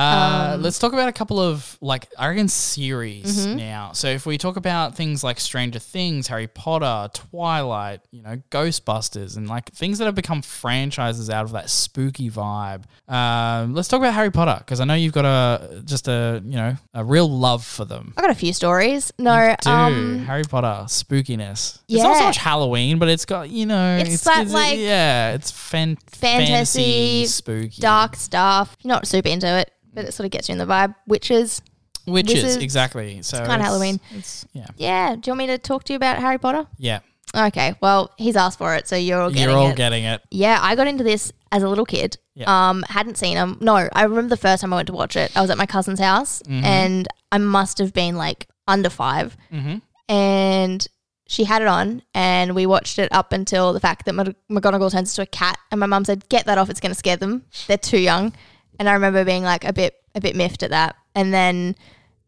Speaker 1: Um, Mm-hmm.
Speaker 2: let's talk about a couple of like I reckon series now. So if we talk about things like Stranger Things, Harry Potter, Twilight, you know, Ghostbusters, and like things that have become franchises out of that spooky vibe. Um, let's talk about Harry Potter because I know you've got a just a you know a real love for them.
Speaker 1: I got a few stories. No,
Speaker 2: You do
Speaker 1: um,
Speaker 2: Harry Potter spookiness? It's not so
Speaker 1: Yeah.
Speaker 2: much Halloween, but it's got you know,
Speaker 1: It's that, like,
Speaker 2: yeah, it's fan- fantasy,
Speaker 1: fantasy,
Speaker 2: spooky,
Speaker 1: dark stuff. You're not super into it, but it sort of gets you in the vibe. Witches.
Speaker 2: witches,
Speaker 1: wizards.
Speaker 2: exactly. So
Speaker 1: kinda Halloween.
Speaker 2: Oh, It's yeah,
Speaker 1: Yeah. Do you want me to talk to you about Harry Potter?
Speaker 2: yeah.
Speaker 1: Okay. Well, he's asked for it, so you're all getting
Speaker 2: You're all
Speaker 1: it.
Speaker 2: getting it.
Speaker 1: yeah, I got into this as a little kid.
Speaker 2: Yeah.
Speaker 1: Um, hadn't seen them. No, I remember the first time I went to watch it. I was at my cousin's house, and I must have been like under 5
Speaker 2: Mhm.
Speaker 1: and she had it on, and we watched it up until the fact that Mc- McGonagall turns into a cat, and my mum said, "Get that off! It's going to scare them. They're too young." And I remember being like a bit a bit miffed at that, and then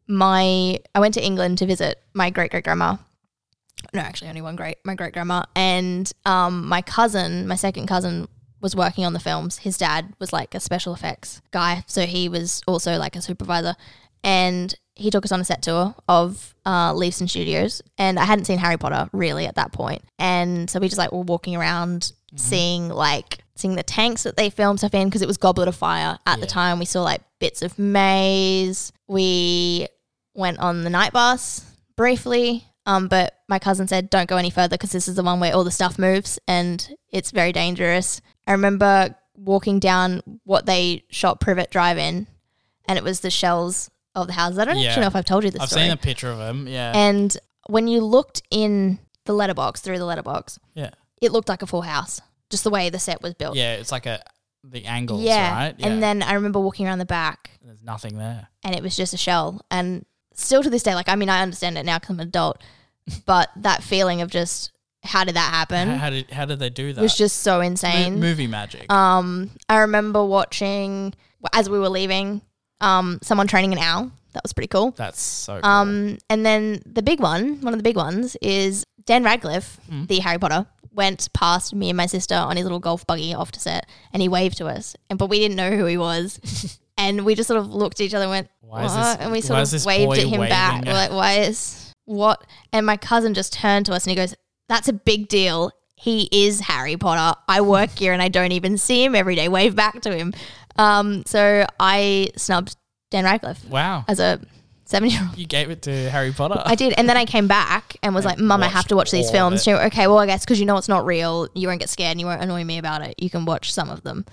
Speaker 1: my I went to England to visit my great great grandma. No, actually, only one great my great grandma and um, my cousin, my second cousin, was working on the films. His dad was like a special effects guy, so he was also like a supervisor, and he took us on a set tour of uh, Leeson Studios. And I hadn't seen Harry Potter really at that point, and so we just like were walking around, seeing like seeing the tanks that they filmed stuff in because it was Goblet of Fire at the time. We saw like bits of Maze. We went on the night bus briefly. Um, but my cousin said, don't go any further because this is the one where all the stuff moves and it's very dangerous. I remember walking down what they shot Privet Drive in, and it was the shells of the houses. I don't
Speaker 2: Yeah.
Speaker 1: actually know if I've told you this
Speaker 2: I've
Speaker 1: story.
Speaker 2: seen a picture of him. Yeah,
Speaker 1: and when you looked in the letterbox, through the letterbox,
Speaker 2: yeah,
Speaker 1: it looked like a full house, just the way the set was built.
Speaker 2: yeah. It's like a the angles,
Speaker 1: Yeah.
Speaker 2: right? Yeah.
Speaker 1: And then I remember walking around the back
Speaker 2: there's nothing there.
Speaker 1: and it was just a shell. And still to this day, like I mean, I understand it now because I'm an adult, but that feeling of just how did that
Speaker 2: How,
Speaker 1: happen
Speaker 2: how did how did they do that?
Speaker 1: was just so
Speaker 2: Mo-
Speaker 1: insane.
Speaker 2: movie magic.
Speaker 1: Um, I remember watching as we were leaving, um, someone training an owl. That was pretty cool.
Speaker 2: That's so. Cool.
Speaker 1: Um, and then the big one, one of the big ones, is Dan Radcliffe,
Speaker 2: Hmm.
Speaker 1: the Harry Potter, went past me and my sister on his little golf buggy off to set, and he waved to us, and but we didn't know who he was, and we just sort of looked at each other and went,
Speaker 2: Why is
Speaker 1: "What?"
Speaker 2: this-
Speaker 1: and we
Speaker 2: why
Speaker 1: sort
Speaker 2: is this
Speaker 1: of waved
Speaker 2: boy
Speaker 1: at him back,
Speaker 2: waving
Speaker 1: We're
Speaker 2: at-
Speaker 1: like, "Why is what?" And my cousin just turned to us and he goes, "That's a big deal." He is Harry Potter. I work here and I don't even see him every day. Wave back to him. Um, so I snubbed Dan Radcliffe
Speaker 2: wow,
Speaker 1: as a seven year old.
Speaker 2: you gave it to Harry Potter.
Speaker 1: I did, and then I came back and was like, "Mum, I have to watch
Speaker 2: watched
Speaker 1: these
Speaker 2: all
Speaker 1: films."
Speaker 2: of it.
Speaker 1: She went, okay, well, I guess because you know it's not real, you won't get scared, and you won't annoy me about it. You can watch some of them.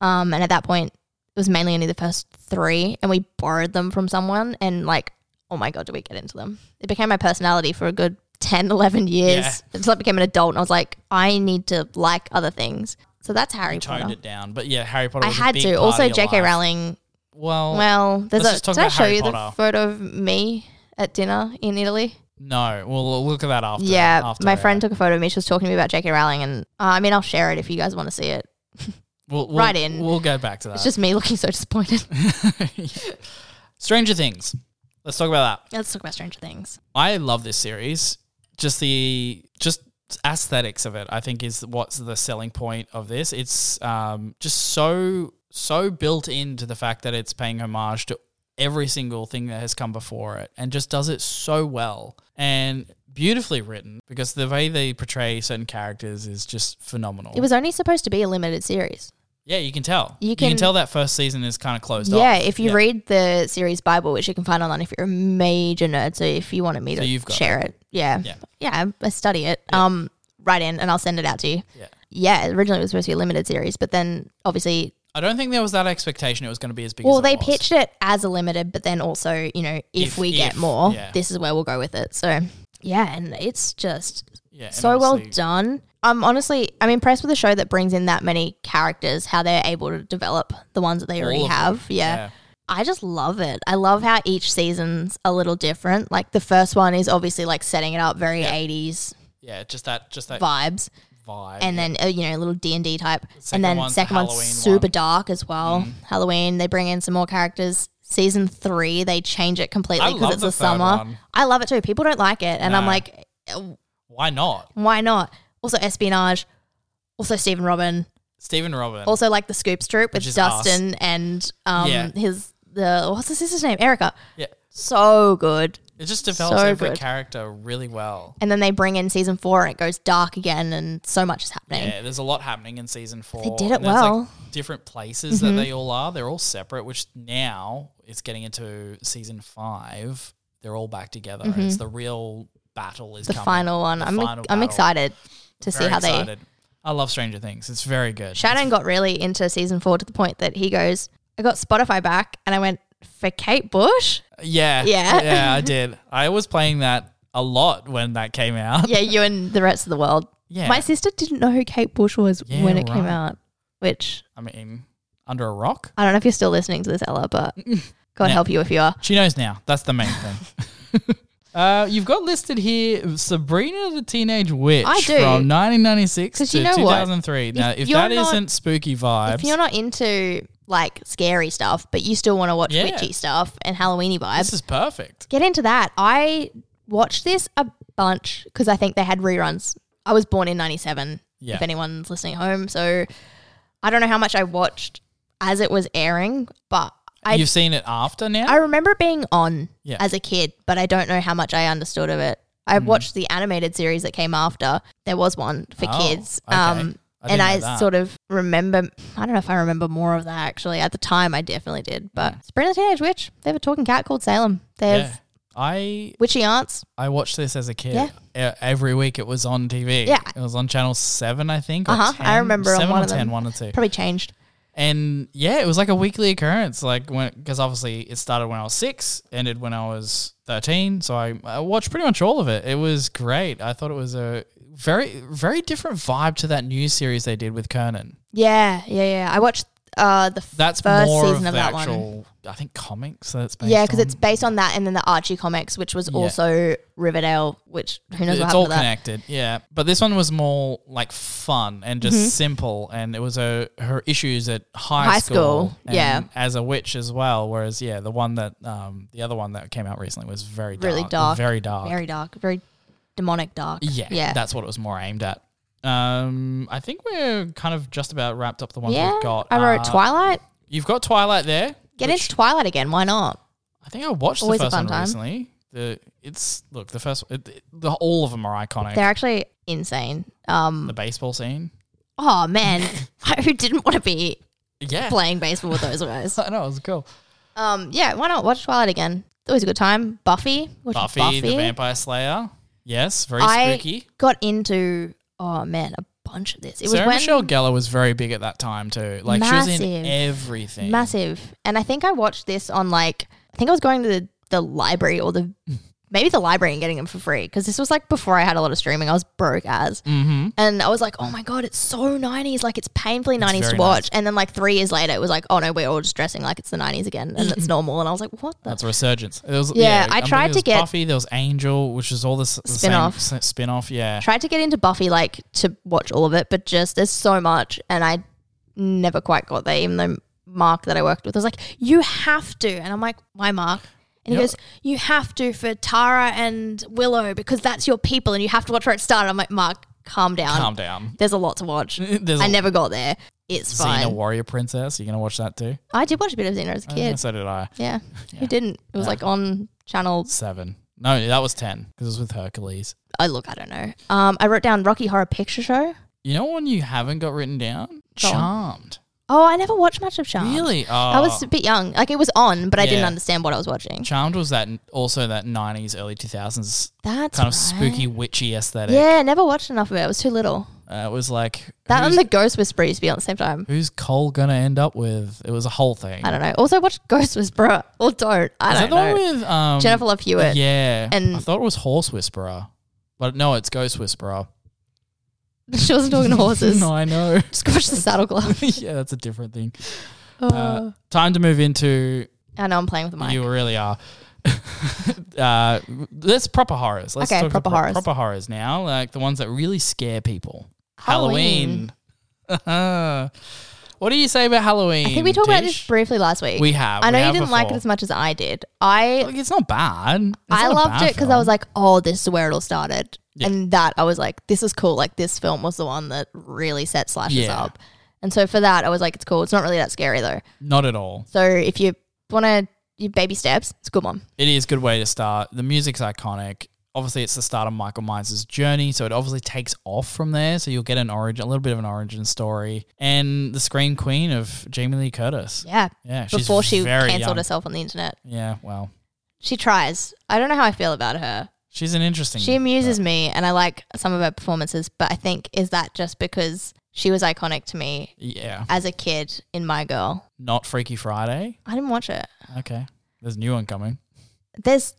Speaker 2: Hmm.
Speaker 1: Um, and at that point, it was mainly only the first three, and we borrowed them from someone. And like, oh my god, did we get into them? It became my personality for a good 10, 11 years
Speaker 2: Yeah.
Speaker 1: until I became an adult, and I was like, I need to like other things. So that's Harry
Speaker 2: toned
Speaker 1: Potter.
Speaker 2: it down, but yeah, Harry Potter.
Speaker 1: I
Speaker 2: was a
Speaker 1: had
Speaker 2: big
Speaker 1: to.
Speaker 2: part of
Speaker 1: Also,
Speaker 2: your
Speaker 1: J.K.
Speaker 2: life.
Speaker 1: Rowling
Speaker 2: Well,
Speaker 1: well, there's
Speaker 2: Let's
Speaker 1: a.
Speaker 2: just talk
Speaker 1: Did I
Speaker 2: about
Speaker 1: show
Speaker 2: Harry
Speaker 1: you the
Speaker 2: Potter.
Speaker 1: photo of me at dinner in Italy?
Speaker 2: no. We'll look at that after.
Speaker 1: Yeah,
Speaker 2: after
Speaker 1: my
Speaker 2: that.
Speaker 1: friend took a photo of me. She was talking to me about J.K. Rowling, and uh, I mean, I'll share it if you guys want to see it.
Speaker 2: We'll, we'll,
Speaker 1: right in.
Speaker 2: We'll go back to that.
Speaker 1: It's just me looking so disappointed.
Speaker 2: Stranger Things. Let's talk about that.
Speaker 1: Let's talk about Stranger Things.
Speaker 2: I love this series. Just the just aesthetics of it, I think, is what's the selling point of this. It's um, just so so built into the fact that it's paying homage to every single thing that has come before it, and just does it so well and beautifully written because the way they portray certain characters is just phenomenal.
Speaker 1: It was only supposed to be a limited series.
Speaker 2: yeah, you can tell.
Speaker 1: You
Speaker 2: You can,
Speaker 1: can-
Speaker 2: tell that first season is kind of closed off.
Speaker 1: yeah, if you
Speaker 2: Yeah.
Speaker 1: read the series Bible, which you can find online if you're a major nerd, so if you wanted me to
Speaker 2: you've got
Speaker 1: share it, yeah,
Speaker 2: Yeah.
Speaker 1: I study it. Um, right in, and I'll send it out to you.
Speaker 2: Yeah.
Speaker 1: Yeah, originally it was supposed to be a limited series, but then obviously,
Speaker 2: I don't think there was that expectation it was going to be as big.
Speaker 1: well,
Speaker 2: as it
Speaker 1: they
Speaker 2: was.
Speaker 1: pitched it as a limited, but then also, you know, if,
Speaker 2: If-
Speaker 1: we get
Speaker 2: if,
Speaker 1: more,
Speaker 2: yeah.
Speaker 1: this is where we'll go with it. So, yeah, and it's just
Speaker 2: yeah, and
Speaker 1: so well
Speaker 2: obviously-
Speaker 1: done. I'm honestly, I'm impressed with a show that brings in that many characters, how they're able to develop the ones that they already
Speaker 2: All of them.
Speaker 1: have. Yeah. I just love it. I love how each season's a little different. Like the first one is obviously like setting it up very 80s
Speaker 2: yeah, Yeah, just that, just that
Speaker 1: vibes.
Speaker 2: vibe.
Speaker 1: and then uh, you know a little D and D type,
Speaker 2: Second
Speaker 1: and then
Speaker 2: one's the
Speaker 1: second one's
Speaker 2: Halloween
Speaker 1: super
Speaker 2: one. Mm.
Speaker 1: dark as well. Halloween, they bring in some more characters. Season three, they change it completely
Speaker 2: I
Speaker 1: because
Speaker 2: love
Speaker 1: it's
Speaker 2: the
Speaker 1: the
Speaker 2: third
Speaker 1: summer.
Speaker 2: one.
Speaker 1: I love it too. People don't like it, and I'm
Speaker 2: No.
Speaker 1: like, uh,
Speaker 2: why not
Speaker 1: why not? Also espionage, also Stephen Robin,
Speaker 2: Stephen Robin?
Speaker 1: also like the Scoops Troop
Speaker 2: Which
Speaker 1: with
Speaker 2: is
Speaker 1: Dustin and um
Speaker 2: Yeah.
Speaker 1: his the what's his sister's name Erica.
Speaker 2: yeah,
Speaker 1: So good.
Speaker 2: it just develops
Speaker 1: So
Speaker 2: every
Speaker 1: good.
Speaker 2: character really well.
Speaker 1: And then they bring in season four, and it goes dark again, and so much is happening.
Speaker 2: Yeah, there's a lot happening in season four.
Speaker 1: did it
Speaker 2: and there's, like,
Speaker 1: well. Mm-hmm.
Speaker 2: different places that they all are. They're all separate, which now it's getting into season five. They're all back together. and It's the real battle is
Speaker 1: Mm-hmm. The
Speaker 2: coming.
Speaker 1: final one.
Speaker 2: The
Speaker 1: I'm
Speaker 2: final
Speaker 1: I'm
Speaker 2: battle.
Speaker 1: excited to see
Speaker 2: Very
Speaker 1: how they
Speaker 2: excited. I love Stranger Things. It's very good.
Speaker 1: Shannon got really into season four to the point that he goes, I got Spotify back and I went, for Kate Bush?
Speaker 2: yeah,
Speaker 1: Yeah.
Speaker 2: yeah. I did. I was playing that a lot when that came out.
Speaker 1: Yeah, you and the rest of the world.
Speaker 2: Yeah.
Speaker 1: My sister didn't know who Kate Bush was
Speaker 2: Yeah,
Speaker 1: when it came
Speaker 2: right.
Speaker 1: out, which
Speaker 2: I mean, under a rock.
Speaker 1: I don't know if you're still listening to this, Ella, but God
Speaker 2: No.
Speaker 1: help you if you are.
Speaker 2: She knows now. That's the main thing. Uh, you've got listed here Sabrina the Teenage Witch
Speaker 1: I do.
Speaker 2: from 1996 to
Speaker 1: 'Cause you know what?
Speaker 2: 2003. Now, if
Speaker 1: you're
Speaker 2: that
Speaker 1: not-
Speaker 2: not spooky vibes,
Speaker 1: If you're not into like scary stuff, but you still want to watch
Speaker 2: Yeah.
Speaker 1: witchy stuff and Halloweeny vibes,
Speaker 2: this is perfect.
Speaker 1: get into that. I watched this a bunch because I think they had reruns. I was born in 97,
Speaker 2: Yeah.
Speaker 1: if anyone's listening at home. So I don't know how much I watched as it was airing, but I
Speaker 2: You've seen it after now?
Speaker 1: I remember it being on
Speaker 2: Yeah. Hmm.
Speaker 1: as a kid, but I don't know how much I understood of it. I watched the animated series that came after. There was one for
Speaker 2: Oh,
Speaker 1: kids.
Speaker 2: okay.
Speaker 1: Um,
Speaker 2: I didn't
Speaker 1: and
Speaker 2: know
Speaker 1: I
Speaker 2: that.
Speaker 1: sort of remember, I don't know if I remember more of that actually. At the time, I definitely did. But Sabrina the Teenage Witch, they have a talking cat called Salem. They have
Speaker 2: Hmm. yeah. I
Speaker 1: witchy aunts.
Speaker 2: I watched this as a kid. E- Every week it was on TV.
Speaker 1: Yeah.
Speaker 2: It was on channel 7, I think. or
Speaker 1: Uh-huh. I
Speaker 2: 10,
Speaker 1: remember on
Speaker 2: 7
Speaker 1: one
Speaker 2: or
Speaker 1: of
Speaker 2: 10,
Speaker 1: them.
Speaker 2: 1 or 2.
Speaker 1: Probably changed.
Speaker 2: And yeah, it was like a weekly occurrence. Like when, because obviously it started when I was six, ended when I was thirteen. So I, I watched pretty much all of it. It was great. I thought it was a very, very different vibe to that new series they did with Conan.
Speaker 1: Yeah, yeah, yeah. I watched uh, the
Speaker 2: That's
Speaker 1: first
Speaker 2: more
Speaker 1: season
Speaker 2: of,
Speaker 1: of
Speaker 2: the
Speaker 1: that one.
Speaker 2: actual, I think, comics that's based.
Speaker 1: Yeah, because it's
Speaker 2: on.
Speaker 1: based on that, and then the Archie comics, which was also Riverdale, which who knows what
Speaker 2: it's
Speaker 1: happened
Speaker 2: all
Speaker 1: to that.
Speaker 2: connected. Yeah, but this one was more like fun and just simple, and it was a her issues at high,
Speaker 1: Mm-hmm. High
Speaker 2: school,
Speaker 1: school,
Speaker 2: and
Speaker 1: yeah.
Speaker 2: as a witch as well. Whereas, yeah, the one that um the other one that came out recently was very dark,
Speaker 1: Really dark,
Speaker 2: very dark,
Speaker 1: Very dark, very demonic dark.
Speaker 2: yeah,
Speaker 1: yeah.
Speaker 2: That's what it was more aimed at. Um, I think we're kind of just about wrapped up the ones
Speaker 1: yeah.
Speaker 2: we've got.
Speaker 1: I wrote
Speaker 2: Uh,
Speaker 1: Twilight.
Speaker 2: You've got Twilight there.
Speaker 1: Get
Speaker 2: which
Speaker 1: into Twilight again. Why not?
Speaker 2: I think I watched the
Speaker 1: Always a
Speaker 2: first
Speaker 1: fun
Speaker 2: one
Speaker 1: time.
Speaker 2: recently. The it's look the first it, it- the, all of them are iconic.
Speaker 1: They're actually insane. Um.
Speaker 2: the baseball scene.
Speaker 1: Oh man, who didn't want to be
Speaker 2: Yeah,
Speaker 1: playing baseball with those guys?
Speaker 2: I know it was cool.
Speaker 1: Um. Yeah. Why not watch Twilight again? It's always a good time. Buffy. Watch
Speaker 2: Buffy, the Vampire Slayer. Yes, very
Speaker 1: I
Speaker 2: spooky.
Speaker 1: got into. Oh man, a bunch of this. It was
Speaker 2: Sarah
Speaker 1: when
Speaker 2: Michelle Gellar was very big at that time too. Like she was in
Speaker 1: Massive.
Speaker 2: everything.
Speaker 1: massive. And I think I watched this on like I think I was going to the, the library or the maybe the library and getting them for free because this was like before I had a lot of streaming. I was broke as,
Speaker 2: Mm-hmm.
Speaker 1: and I was like, oh my god, it's so nineties. Like it's painfully nineties to
Speaker 2: very
Speaker 1: watch. And then like three years later, it was like, oh no, we're all just dressing like it's the nineties again, and it's normal. And I was like, what the?
Speaker 2: That's a resurgence. It was,
Speaker 1: Yeah, I
Speaker 2: I'm thinking
Speaker 1: tried
Speaker 2: it was
Speaker 1: to get-
Speaker 2: Buffy. There was Angel, which is all this the
Speaker 1: Spin-off.
Speaker 2: Same, s- spin-off, yeah.
Speaker 1: Tried to get into Buffy like to watch all of it, but just there's so much, and I never quite got there. Even though Mark that I worked with was like, "You have to," and I'm like, "Why, Mark?" And
Speaker 2: Yeah.
Speaker 1: he goes, "You have to for Tara and Willow because that's your people, and you have to watch where it started." I'm like, "Mark, calm down.
Speaker 2: Calm down.
Speaker 1: There's a lot to watch.
Speaker 2: There's
Speaker 1: Um, I
Speaker 2: a
Speaker 1: never got there. It's
Speaker 2: Xena
Speaker 1: fine.
Speaker 2: Warrior Princess. You're gonna watch that too.
Speaker 1: I did watch a bit of Xena as a
Speaker 2: Yeah,
Speaker 1: kid.
Speaker 2: so did I.
Speaker 1: yeah. who didn't? It was like on channel.
Speaker 2: Seven. No, that was ten because it was with Hercules.
Speaker 1: I look, I don't know. Um, I wrote down Rocky Horror Picture Show.
Speaker 2: You know one you haven't got written down?
Speaker 1: Go on.
Speaker 2: Charmed.
Speaker 1: Oh, I never watched much of Charmed.
Speaker 2: Really? Oh,
Speaker 1: I was a bit young. Like it was on, but I didn't
Speaker 2: Yeah.
Speaker 1: understand what I was watching.
Speaker 2: Charmed was that also that 90s, early 2000s
Speaker 1: That's
Speaker 2: kind
Speaker 1: right.
Speaker 2: of spooky, witchy aesthetic.
Speaker 1: Yeah, never watched enough of it. It was too little.
Speaker 2: Uh, it was like
Speaker 1: That
Speaker 2: who's,
Speaker 1: and the Ghost Whisperer used to be on at the same time.
Speaker 2: who's Cole gonna end up with? It was a whole thing.
Speaker 1: I don't know. Also watch Ghost Whisperer or don't. I
Speaker 2: Is
Speaker 1: don't
Speaker 2: that the
Speaker 1: know.
Speaker 2: one with um,
Speaker 1: Jennifer Love Hewitt.
Speaker 2: Yeah,
Speaker 1: and-
Speaker 2: I thought it was Horse Whisperer, but no, it's Ghost Whisperer.
Speaker 1: she wasn't talking to horses.
Speaker 2: no, I know.
Speaker 1: Just watch the saddle club.
Speaker 2: yeah, that's a different thing.
Speaker 1: Oh.
Speaker 2: Uh, time to move into.
Speaker 1: I know I'm playing with the mic.
Speaker 2: You really are. uh, let's proper horrors. Let's
Speaker 1: Okay,
Speaker 2: talk
Speaker 1: proper
Speaker 2: about
Speaker 1: horrors.
Speaker 2: Proper horrors now, like the ones that really scare people.
Speaker 1: Halloween.
Speaker 2: Halloween. what do you say about Halloween?
Speaker 1: I think we talked about this
Speaker 2: Tish?
Speaker 1: briefly last week.
Speaker 2: We have.
Speaker 1: I know
Speaker 2: we
Speaker 1: you
Speaker 2: have
Speaker 1: didn't like it
Speaker 2: before.
Speaker 1: as much as I did. I
Speaker 2: Like, it's not bad. It's
Speaker 1: I
Speaker 2: not a
Speaker 1: loved
Speaker 2: bad
Speaker 1: it because I was
Speaker 2: film.
Speaker 1: like, oh, this is where it all started.
Speaker 2: Yeah.
Speaker 1: And that I was like, this is cool. Like this film was the one that really set slashes
Speaker 2: Yeah.
Speaker 1: up. And so for that, I was like, it's cool. It's not really that scary though.
Speaker 2: not at all.
Speaker 1: So if you want to, you baby steps, it's a good one.
Speaker 2: It is a good way to start. The music's iconic. Obviously, it's the start of Michael Myers' journey, so it obviously takes off from there. So you'll get an origin, a little bit of an origin story, and the scream queen of Jamie Lee Curtis.
Speaker 1: Yeah.
Speaker 2: Yeah, she's
Speaker 1: Before she
Speaker 2: very
Speaker 1: cancelled
Speaker 2: young.
Speaker 1: herself on the internet,
Speaker 2: Yeah, well,
Speaker 1: she tries. I don't know how I feel about her.
Speaker 2: she's an interesting.
Speaker 1: She amuses me and I like some of her performances, but I think is that just because she was iconic to me
Speaker 2: Yeah,
Speaker 1: as a kid in My Girl?
Speaker 2: not Freaky Friday.
Speaker 1: I didn't watch it.
Speaker 2: Okay, there's a new one coming.
Speaker 1: There's,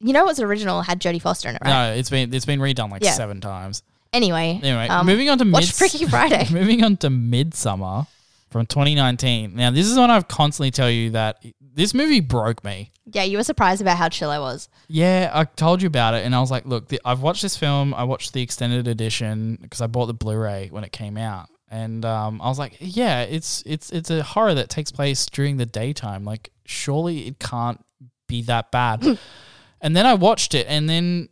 Speaker 1: you know, what's original had Jodie Foster in it, right?
Speaker 2: No, it's been it's been redone like
Speaker 1: Yeah.
Speaker 2: seven times.
Speaker 1: Anyway,
Speaker 2: Anyway,
Speaker 1: um,
Speaker 2: moving on to
Speaker 1: watch
Speaker 2: Mids-
Speaker 1: Freaky Friday.
Speaker 2: moving on to Midsummer from 2019. Now, this is one I've constantly tell you that this movie broke me.
Speaker 1: yeah, you were surprised about how chill I was.
Speaker 2: Yeah, I told you about it, and I was like, look, the, I've watched this film. I watched the extended edition because I bought the Blu-ray when it came out, and um, I was like, yeah, it's it's it's a horror that takes place during the daytime. Like, surely it can't be that bad. and then I watched it, and then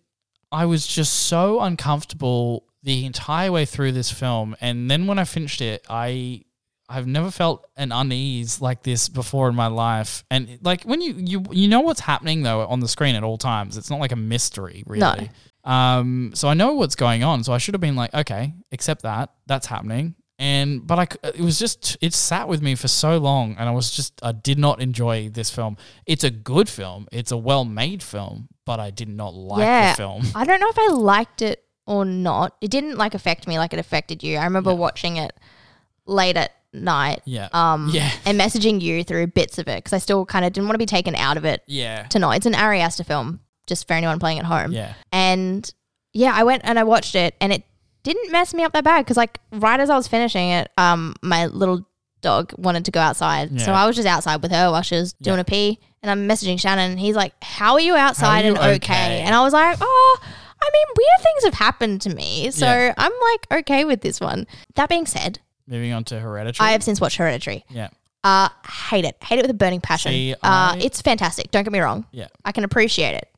Speaker 2: I was just so uncomfortable the entire way through this film. And then when I finished it, I I've never felt an unease like this before in my life. And like when you you you know what's happening though on the screen at all times. It's not like a mystery really. Um so I know what's going on. So I should have been like, okay, accept that. That's happening. And but I c- it was just it sat with me for so long and I was just I did not enjoy this film. It's a good film. It's a well-made film, but I did not like
Speaker 1: Yeah.
Speaker 2: the film.
Speaker 1: I don't know if I liked it or not. It didn't like affect me like it affected you. I remember watching it late at night
Speaker 2: Yeah.
Speaker 1: um,
Speaker 2: yeah.
Speaker 1: and messaging you through bits of it because I still kind of didn't want to be taken out of it
Speaker 2: Yeah.
Speaker 1: tonight. It's an Ari Aster film, just for anyone playing at home.
Speaker 2: Yeah.
Speaker 1: And yeah, I went and I watched it, and it didn't mess me up that bad because like right as I was finishing it, um, my little dog wanted to go outside, so
Speaker 2: Yeah.
Speaker 1: I was just outside with her while she was doing
Speaker 2: Yeah.
Speaker 1: a pee, and I'm messaging Shannon, and he's like, "How are you outside
Speaker 2: you
Speaker 1: and okay?
Speaker 2: okay?
Speaker 1: And I was like, "Oh." I mean, weird things have happened to me, so
Speaker 2: Yeah.
Speaker 1: I'm like okay with this one. That being said,
Speaker 2: Moving on to hereditary.
Speaker 1: I have since watched Hereditary.
Speaker 2: yeah.
Speaker 1: Uh, hate it, hate it with a burning passion.
Speaker 2: See,
Speaker 1: uh,
Speaker 2: I-
Speaker 1: it's fantastic. Don't get me wrong.
Speaker 2: Yeah.
Speaker 1: I can appreciate it.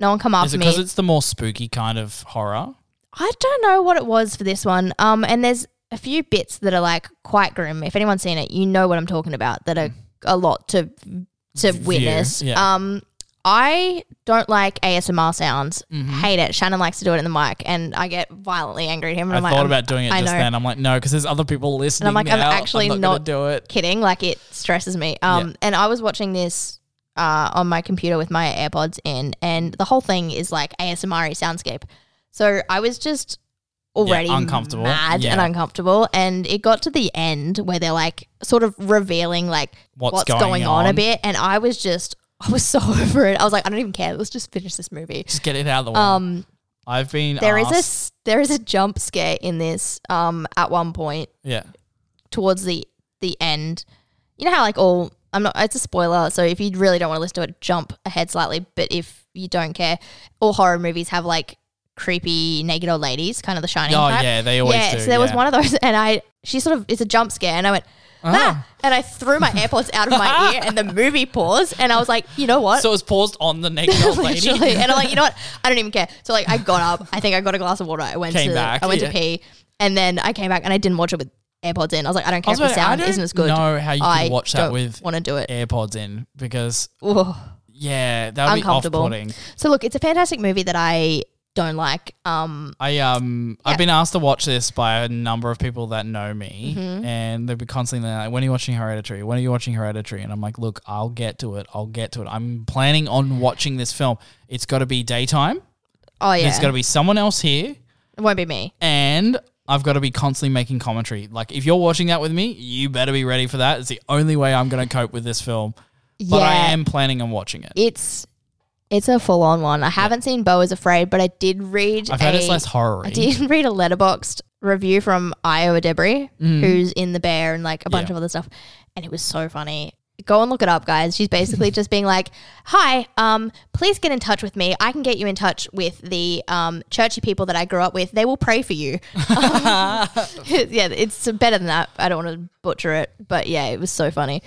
Speaker 1: No one come
Speaker 2: Is
Speaker 1: after
Speaker 2: it
Speaker 1: me.
Speaker 2: because it's the more spooky kind of horror?
Speaker 1: I don't know what it was for this one. Um, and there's a few bits that are like quite grim. If anyone's seen it, you know what I'm talking about. That are a lot to to
Speaker 2: Mm. View,
Speaker 1: witness.
Speaker 2: yeah.
Speaker 1: Um, I don't like ASMR sounds.
Speaker 2: Mm-hmm.
Speaker 1: Hate it. Shannon likes to do it in the mic, and I get violently angry at him. And
Speaker 2: I
Speaker 1: am
Speaker 2: thought
Speaker 1: like, I'm
Speaker 2: about doing it
Speaker 1: I
Speaker 2: just
Speaker 1: know.
Speaker 2: then. I'm like, no, because there's other people listening.
Speaker 1: like, I'm
Speaker 2: now.
Speaker 1: actually not-
Speaker 2: I'm not, gonna do it.
Speaker 1: kidding. Like it stresses me. Um,
Speaker 2: Yeah.
Speaker 1: and I was watching this. Uh, on my computer with my AirPods in, and the whole thing is like ASMR soundscape. So I was just already
Speaker 2: uncomfortable.
Speaker 1: mad and
Speaker 2: Yeah.
Speaker 1: uncomfortable. And it got to the end where they're like sort of revealing like what's,
Speaker 2: What's
Speaker 1: going,
Speaker 2: going
Speaker 1: on. a
Speaker 2: on.
Speaker 1: bit. And I was just, I was so over it. I was like, I don't even care. Let's just finish this movie.
Speaker 2: Just get it out of the way.
Speaker 1: Um,
Speaker 2: I've been.
Speaker 1: there is a
Speaker 2: asked,
Speaker 1: s there is a jump scare in this. Um, at one point
Speaker 2: Yeah.
Speaker 1: towards the the end, you know how like all I'm not. It's a spoiler, so if you really don't want to listen to it, jump ahead slightly. But if you don't care, all horror movies have like creepy naked old ladies, kind of the Shining.
Speaker 2: Oh
Speaker 1: type.
Speaker 2: yeah, they always
Speaker 1: yeah,
Speaker 2: do.
Speaker 1: so there was
Speaker 2: yeah.
Speaker 1: one of those, and I she sort of it's a jump scare, and I went ah, and I threw my AirPods out of my ear, and the movie paused, and I was like, you know what?
Speaker 2: So it was paused on the naked old lady.
Speaker 1: Uh, Literally, and I'm like, you know what? I don't even care. So like, I got up. I think I got a glass of water. I went
Speaker 2: Came
Speaker 1: to
Speaker 2: back,
Speaker 1: I went
Speaker 2: yeah.
Speaker 1: to pee, and then I came back, and I didn't watch it with AirPods in. I was like, I don't care
Speaker 2: I was
Speaker 1: if the
Speaker 2: about to- I
Speaker 1: sound
Speaker 2: don't
Speaker 1: isn't as good.
Speaker 2: know how you can
Speaker 1: I
Speaker 2: watch that with
Speaker 1: want to do it.
Speaker 2: AirPods in because
Speaker 1: Ugh.
Speaker 2: yeah, that would be
Speaker 1: Uncomfortable.
Speaker 2: off-putting.
Speaker 1: So look, it's a fantastic movie that I don't like. Um,
Speaker 2: I um
Speaker 1: Yeah.
Speaker 2: I've been asked to watch this by a number of people that know me,
Speaker 1: Mm-hmm.
Speaker 2: and they've been constantly like, "When are you watching Hereditary? When are you watching Hereditary?" And I'm like, "Look, I'll get to it. I'll get to it. I'm planning on watching this film. It's got to be daytime.
Speaker 1: oh yeah,
Speaker 2: There's got to be someone else here,
Speaker 1: it won't be me.
Speaker 2: and." I've got to be constantly making commentary. Like, if you're watching that with me, you better be ready for that. It's the only way I'm going to cope with this film. But I
Speaker 1: Yeah.
Speaker 2: am planning on watching it.
Speaker 1: It's it's a full on one. I haven't seen Bo is Afraid, but I did read.
Speaker 2: I've heard
Speaker 1: a-
Speaker 2: it's less horror.
Speaker 1: I did read a letterboxed review from Iowa Debris,
Speaker 2: Mm.
Speaker 1: who's in The Bear and like a bunch
Speaker 2: Yeah.
Speaker 1: of other stuff. And it was so funny. Go and look it up, guys. She's basically just being like, Hi, um, please get in touch with me. I can get you in touch with the um, churchy people that I grew up with. They will pray for you. Um, yeah, it's better than that. I don't want to butcher it, but yeah, it was so funny.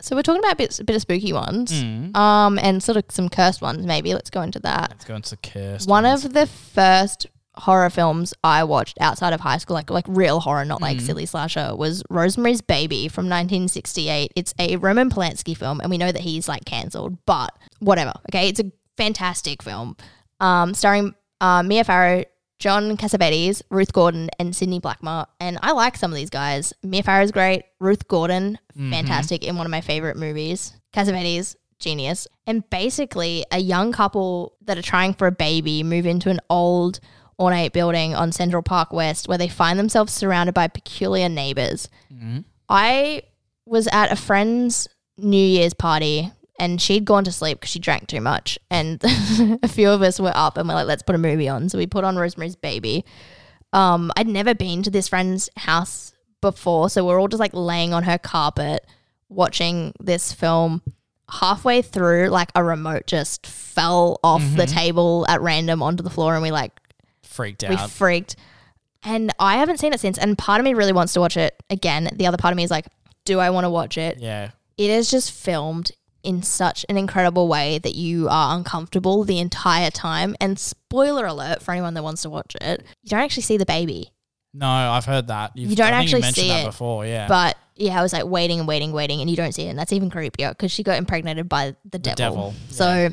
Speaker 1: so we're talking about bits, a bit of spooky ones
Speaker 2: Mm.
Speaker 1: um, and sort of some cursed ones, maybe. Let's go into that.
Speaker 2: Let's go into cursed.
Speaker 1: One
Speaker 2: ones.
Speaker 1: of the first horror films I watched outside of high school, like like real horror, not like silly slasher, was Rosemary's Baby from 1968. It's a Roman Polanski film, and we know that he's like cancelled, but whatever. Okay, it's a fantastic film, um, starring uh, Mia Farrow. John Cassavetes, Ruth Gordon, and Sydney Blackmore. And I like some of these guys. Mia Farrow's great. Ruth Gordon, fantastic in one of my favorite movies. Cassavetes, genius. And basically, a young couple that are trying for a baby move into an old, ornate building on Central Park West where they find themselves surrounded by peculiar neighbors. I was at a friend's New Year's party and she'd gone to sleep because she drank too much. And a few of us were up and we're like, let's put a movie on. So we put on Rosemary's Baby. Um, I'd never been to this friend's house before. So we're all just like laying on her carpet watching this film. Halfway through, like a remote just fell off the table at random onto the floor and we like
Speaker 2: freaked
Speaker 1: we
Speaker 2: out.
Speaker 1: freaked. And I haven't seen it since. And part of me really wants to watch it again. The other part of me is like, do I want to watch it?
Speaker 2: yeah.
Speaker 1: It is just filmed in such an incredible way that you are uncomfortable the entire time. And spoiler alert for anyone that wants to watch it, you don't actually see the baby.
Speaker 2: No, I've heard that. You've,
Speaker 1: You don't
Speaker 2: I think
Speaker 1: actually
Speaker 2: you mentioned
Speaker 1: see
Speaker 2: that
Speaker 1: it,
Speaker 2: before. Yeah.
Speaker 1: But yeah, I was like waiting and waiting and waiting, and you don't see it. And that's even creepier because she got impregnated by the, devil.
Speaker 2: devil,
Speaker 1: So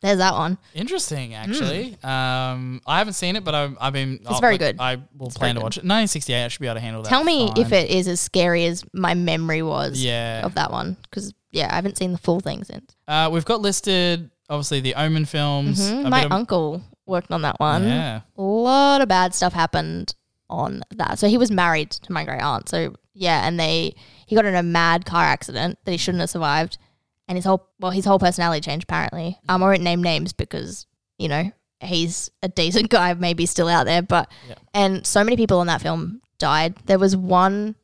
Speaker 1: there's that one.
Speaker 2: Interesting, actually. Um, I haven't seen it, but I've, I've been. It's
Speaker 1: very good.
Speaker 2: I will
Speaker 1: very
Speaker 2: plan to
Speaker 1: good.
Speaker 2: watch it. 1968. I should be able to handle that.
Speaker 1: Tell me if
Speaker 2: fine.
Speaker 1: it is as scary as my memory was
Speaker 2: Yeah.
Speaker 1: of that one. Because yeah, I haven't seen the full thing since.
Speaker 2: Uh, we've got listed obviously the Omen films.
Speaker 1: Mhm.
Speaker 2: a
Speaker 1: My
Speaker 2: bit of-
Speaker 1: uncle worked on that one.
Speaker 2: Yeah.
Speaker 1: A lot of bad stuff happened on that. So he was married to my great aunt. So yeah, and they he got in a mad car accident that he shouldn't have survived, and his whole well his whole personality changed apparently.
Speaker 2: Mm.
Speaker 1: Um, I won't name names because you know he's a decent guy, maybe still out there, but
Speaker 2: Yeah.
Speaker 1: and so many people on that film died. There was one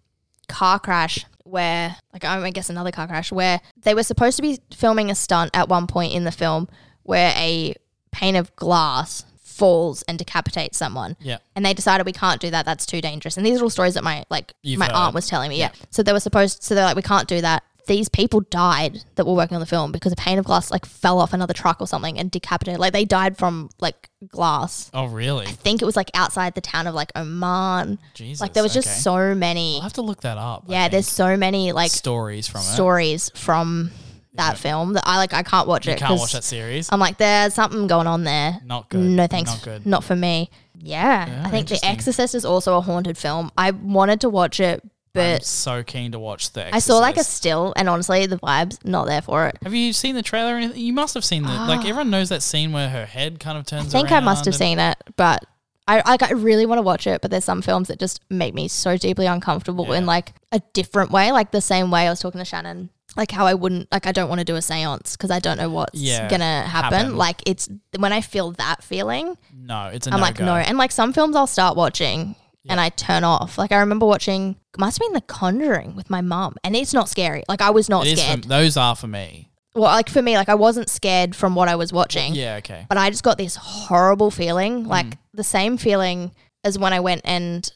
Speaker 1: car crash where, like, I guess another car crash where they were supposed to be filming a stunt at one point in the film where a pane of glass falls and decapitates someone.
Speaker 2: Yeah.
Speaker 1: And they decided we can't do that. That's too dangerous. And these are all stories that my like
Speaker 2: You've
Speaker 1: my
Speaker 2: heard.
Speaker 1: aunt was telling me. Yeah. So they were supposed. So they're like, we can't do that. These people died that were working on the film because a pane of glass like fell off another truck or something and decapitated. Like they died from like glass.
Speaker 2: Oh, really?
Speaker 1: I think it was like outside the town of like Oman.
Speaker 2: Jesus.
Speaker 1: Like there was just
Speaker 2: okay.
Speaker 1: so many.
Speaker 2: I'll have to look that up. I
Speaker 1: Yeah,
Speaker 2: think.
Speaker 1: there's so many like
Speaker 2: stories from it.
Speaker 1: stories from that film that I like. I can't watch
Speaker 2: You
Speaker 1: it.
Speaker 2: can't
Speaker 1: 'cause
Speaker 2: watch that series.
Speaker 1: I'm like, there's something going on there.
Speaker 2: Not good.
Speaker 1: No thanks.
Speaker 2: Not good.
Speaker 1: Not for me. Yeah,
Speaker 2: Yeah,
Speaker 1: I think The
Speaker 2: interesting.
Speaker 1: Exorcist is also a haunted film. I wanted to watch it,
Speaker 2: I'm
Speaker 1: but
Speaker 2: so keen to watch the.
Speaker 1: I saw like a
Speaker 2: Exorcist.
Speaker 1: still, and honestly, the vibes not there for it.
Speaker 2: Have you seen the trailer? Or anything? You must have seen the like. Everyone knows that scene where her head kind of turns.
Speaker 1: Ah. I think I must have
Speaker 2: around
Speaker 1: seen it, but I like I really want to watch it, but there's some films that just make me so deeply uncomfortable in
Speaker 2: Yeah.
Speaker 1: like a different way, like the same way I was talking to Shannon. Like how I wouldn't like I don't want to do a séance because I don't know what's
Speaker 2: Yeah,
Speaker 1: gonna happen.
Speaker 2: happen.
Speaker 1: Like it's when I feel that feeling,
Speaker 2: and- No, it's a
Speaker 1: I'm like
Speaker 2: no-go.
Speaker 1: no. And like some films I'll start watching and I turn off. Like I remember watching must have been The Conjuring with my mum, and it's not scary. Like I was not
Speaker 2: It is for,
Speaker 1: scared.
Speaker 2: those are for me.
Speaker 1: well, like for me, like I wasn't scared from what I was watching
Speaker 2: Yeah. Okay.
Speaker 1: but I just got this horrible feeling, like the same feeling as when I went and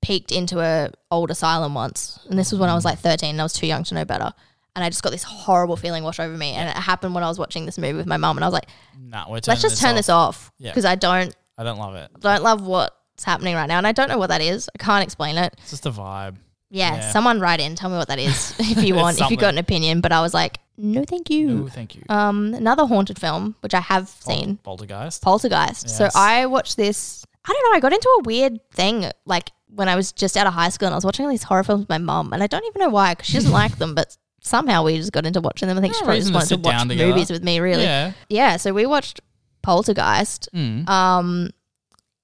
Speaker 1: peeked into a old asylum once. And this was when I was like 13 and I was too young to know better. And I just got this horrible feeling wash over me. And it happened when I was watching this movie with my mum. And I was like,
Speaker 2: Nah, we're turning
Speaker 1: let's just turn
Speaker 2: off.
Speaker 1: this off
Speaker 2: Yeah.
Speaker 1: because I don't
Speaker 2: I don't love it.
Speaker 1: don't love what's happening right now. And I don't know what that is. I can't explain it.
Speaker 2: It's just a vibe.
Speaker 1: Yeah,
Speaker 2: Yeah.
Speaker 1: someone write in. Tell me what that is if you
Speaker 2: It's
Speaker 1: want, if you got an
Speaker 2: something.
Speaker 1: opinion. But I was like, no, thank you.
Speaker 2: Ooh, thank you.
Speaker 1: Um, another haunted film, which I have
Speaker 2: Bol-
Speaker 1: seen.
Speaker 2: Poltergeist.
Speaker 1: Poltergeist. So
Speaker 2: Yes.
Speaker 1: I watched this. I don't know. I got into a weird thing like when I was just out of high school and I was watching all these horror films with my mum, and I don't even know why because she doesn't like them, but somehow we just got into watching them. I think she
Speaker 2: Yeah,
Speaker 1: probably
Speaker 2: reason
Speaker 1: just
Speaker 2: to
Speaker 1: wanted to
Speaker 2: sit
Speaker 1: watch
Speaker 2: down together.
Speaker 1: movies with me, really. Yeah.
Speaker 2: Yeah.
Speaker 1: So we watched Poltergeist.
Speaker 2: Mm.
Speaker 1: Um,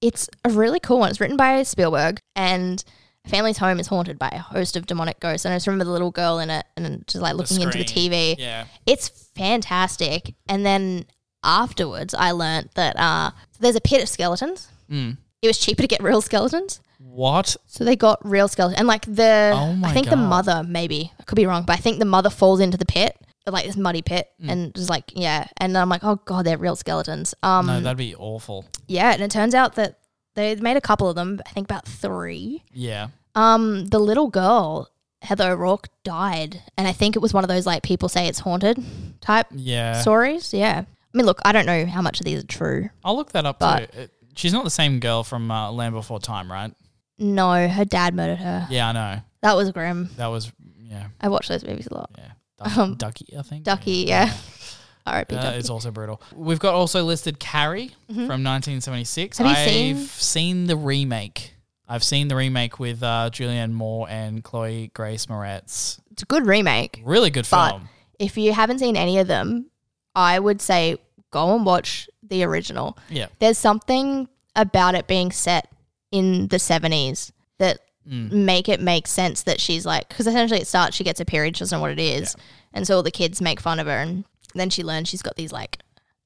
Speaker 1: it's a really cool one. It's written by Spielberg, and a family's home is haunted by a host of demonic ghosts. And I just remember the little girl in it and just like looking into the
Speaker 2: screen.
Speaker 1: TV
Speaker 2: yeah.
Speaker 1: it's fantastic. And then afterwards, I learnt that uh, there's a pit of skeletons
Speaker 2: Mm.
Speaker 1: it was cheaper to get real skeletons.
Speaker 2: What?
Speaker 1: So they got real skeletons, and like the
Speaker 2: Oh my
Speaker 1: I think the
Speaker 2: God.
Speaker 1: mother maybe I could be wrong, but I think the mother falls into the pit, like this muddy pit,
Speaker 2: Mm.
Speaker 1: and just like yeah, and I'm like, oh god, they're real skeletons. Um,
Speaker 2: No, that'd be awful.
Speaker 1: yeah, and it turns out that they made a couple of them, I think about three.
Speaker 2: Yeah.
Speaker 1: Um, the little girl Heather O'Rourke died, and I think it was one of those like people say it's haunted type
Speaker 2: Yeah.
Speaker 1: stories. Yeah, I mean, look, I don't know how much of these are true.
Speaker 2: I'll look that up
Speaker 1: But-
Speaker 2: too. It, she's not the same girl from uh, Land Before Time, right?
Speaker 1: No, her dad murdered her.
Speaker 2: Yeah, I know.
Speaker 1: That was grim.
Speaker 2: That was, yeah,
Speaker 1: I watched those movies a lot.
Speaker 2: yeah. Duck,
Speaker 1: Um,
Speaker 2: Ducky, I think.
Speaker 1: Ducky, yeah. R.I.P.
Speaker 2: Uh,
Speaker 1: Ducky. Mm-hmm.
Speaker 2: it's also brutal. We've got also listed Carrie from 1976.
Speaker 1: Have you
Speaker 2: I've
Speaker 1: seen-
Speaker 2: seen the remake. I've seen the remake with uh, Julianne Moore and Chloe Grace Moretz.
Speaker 1: It's a good remake.
Speaker 2: Really good
Speaker 1: But-
Speaker 2: film.
Speaker 1: If you haven't seen any of them, I would say go and watch the original.
Speaker 2: Yeah.
Speaker 1: There's something about it being set in the 70s that
Speaker 2: Mm.
Speaker 1: make it make sense that she's like, because essentially it starts, she gets a period, she doesn't know what it is. And so all the kids make fun of her. And then she learns she's got these like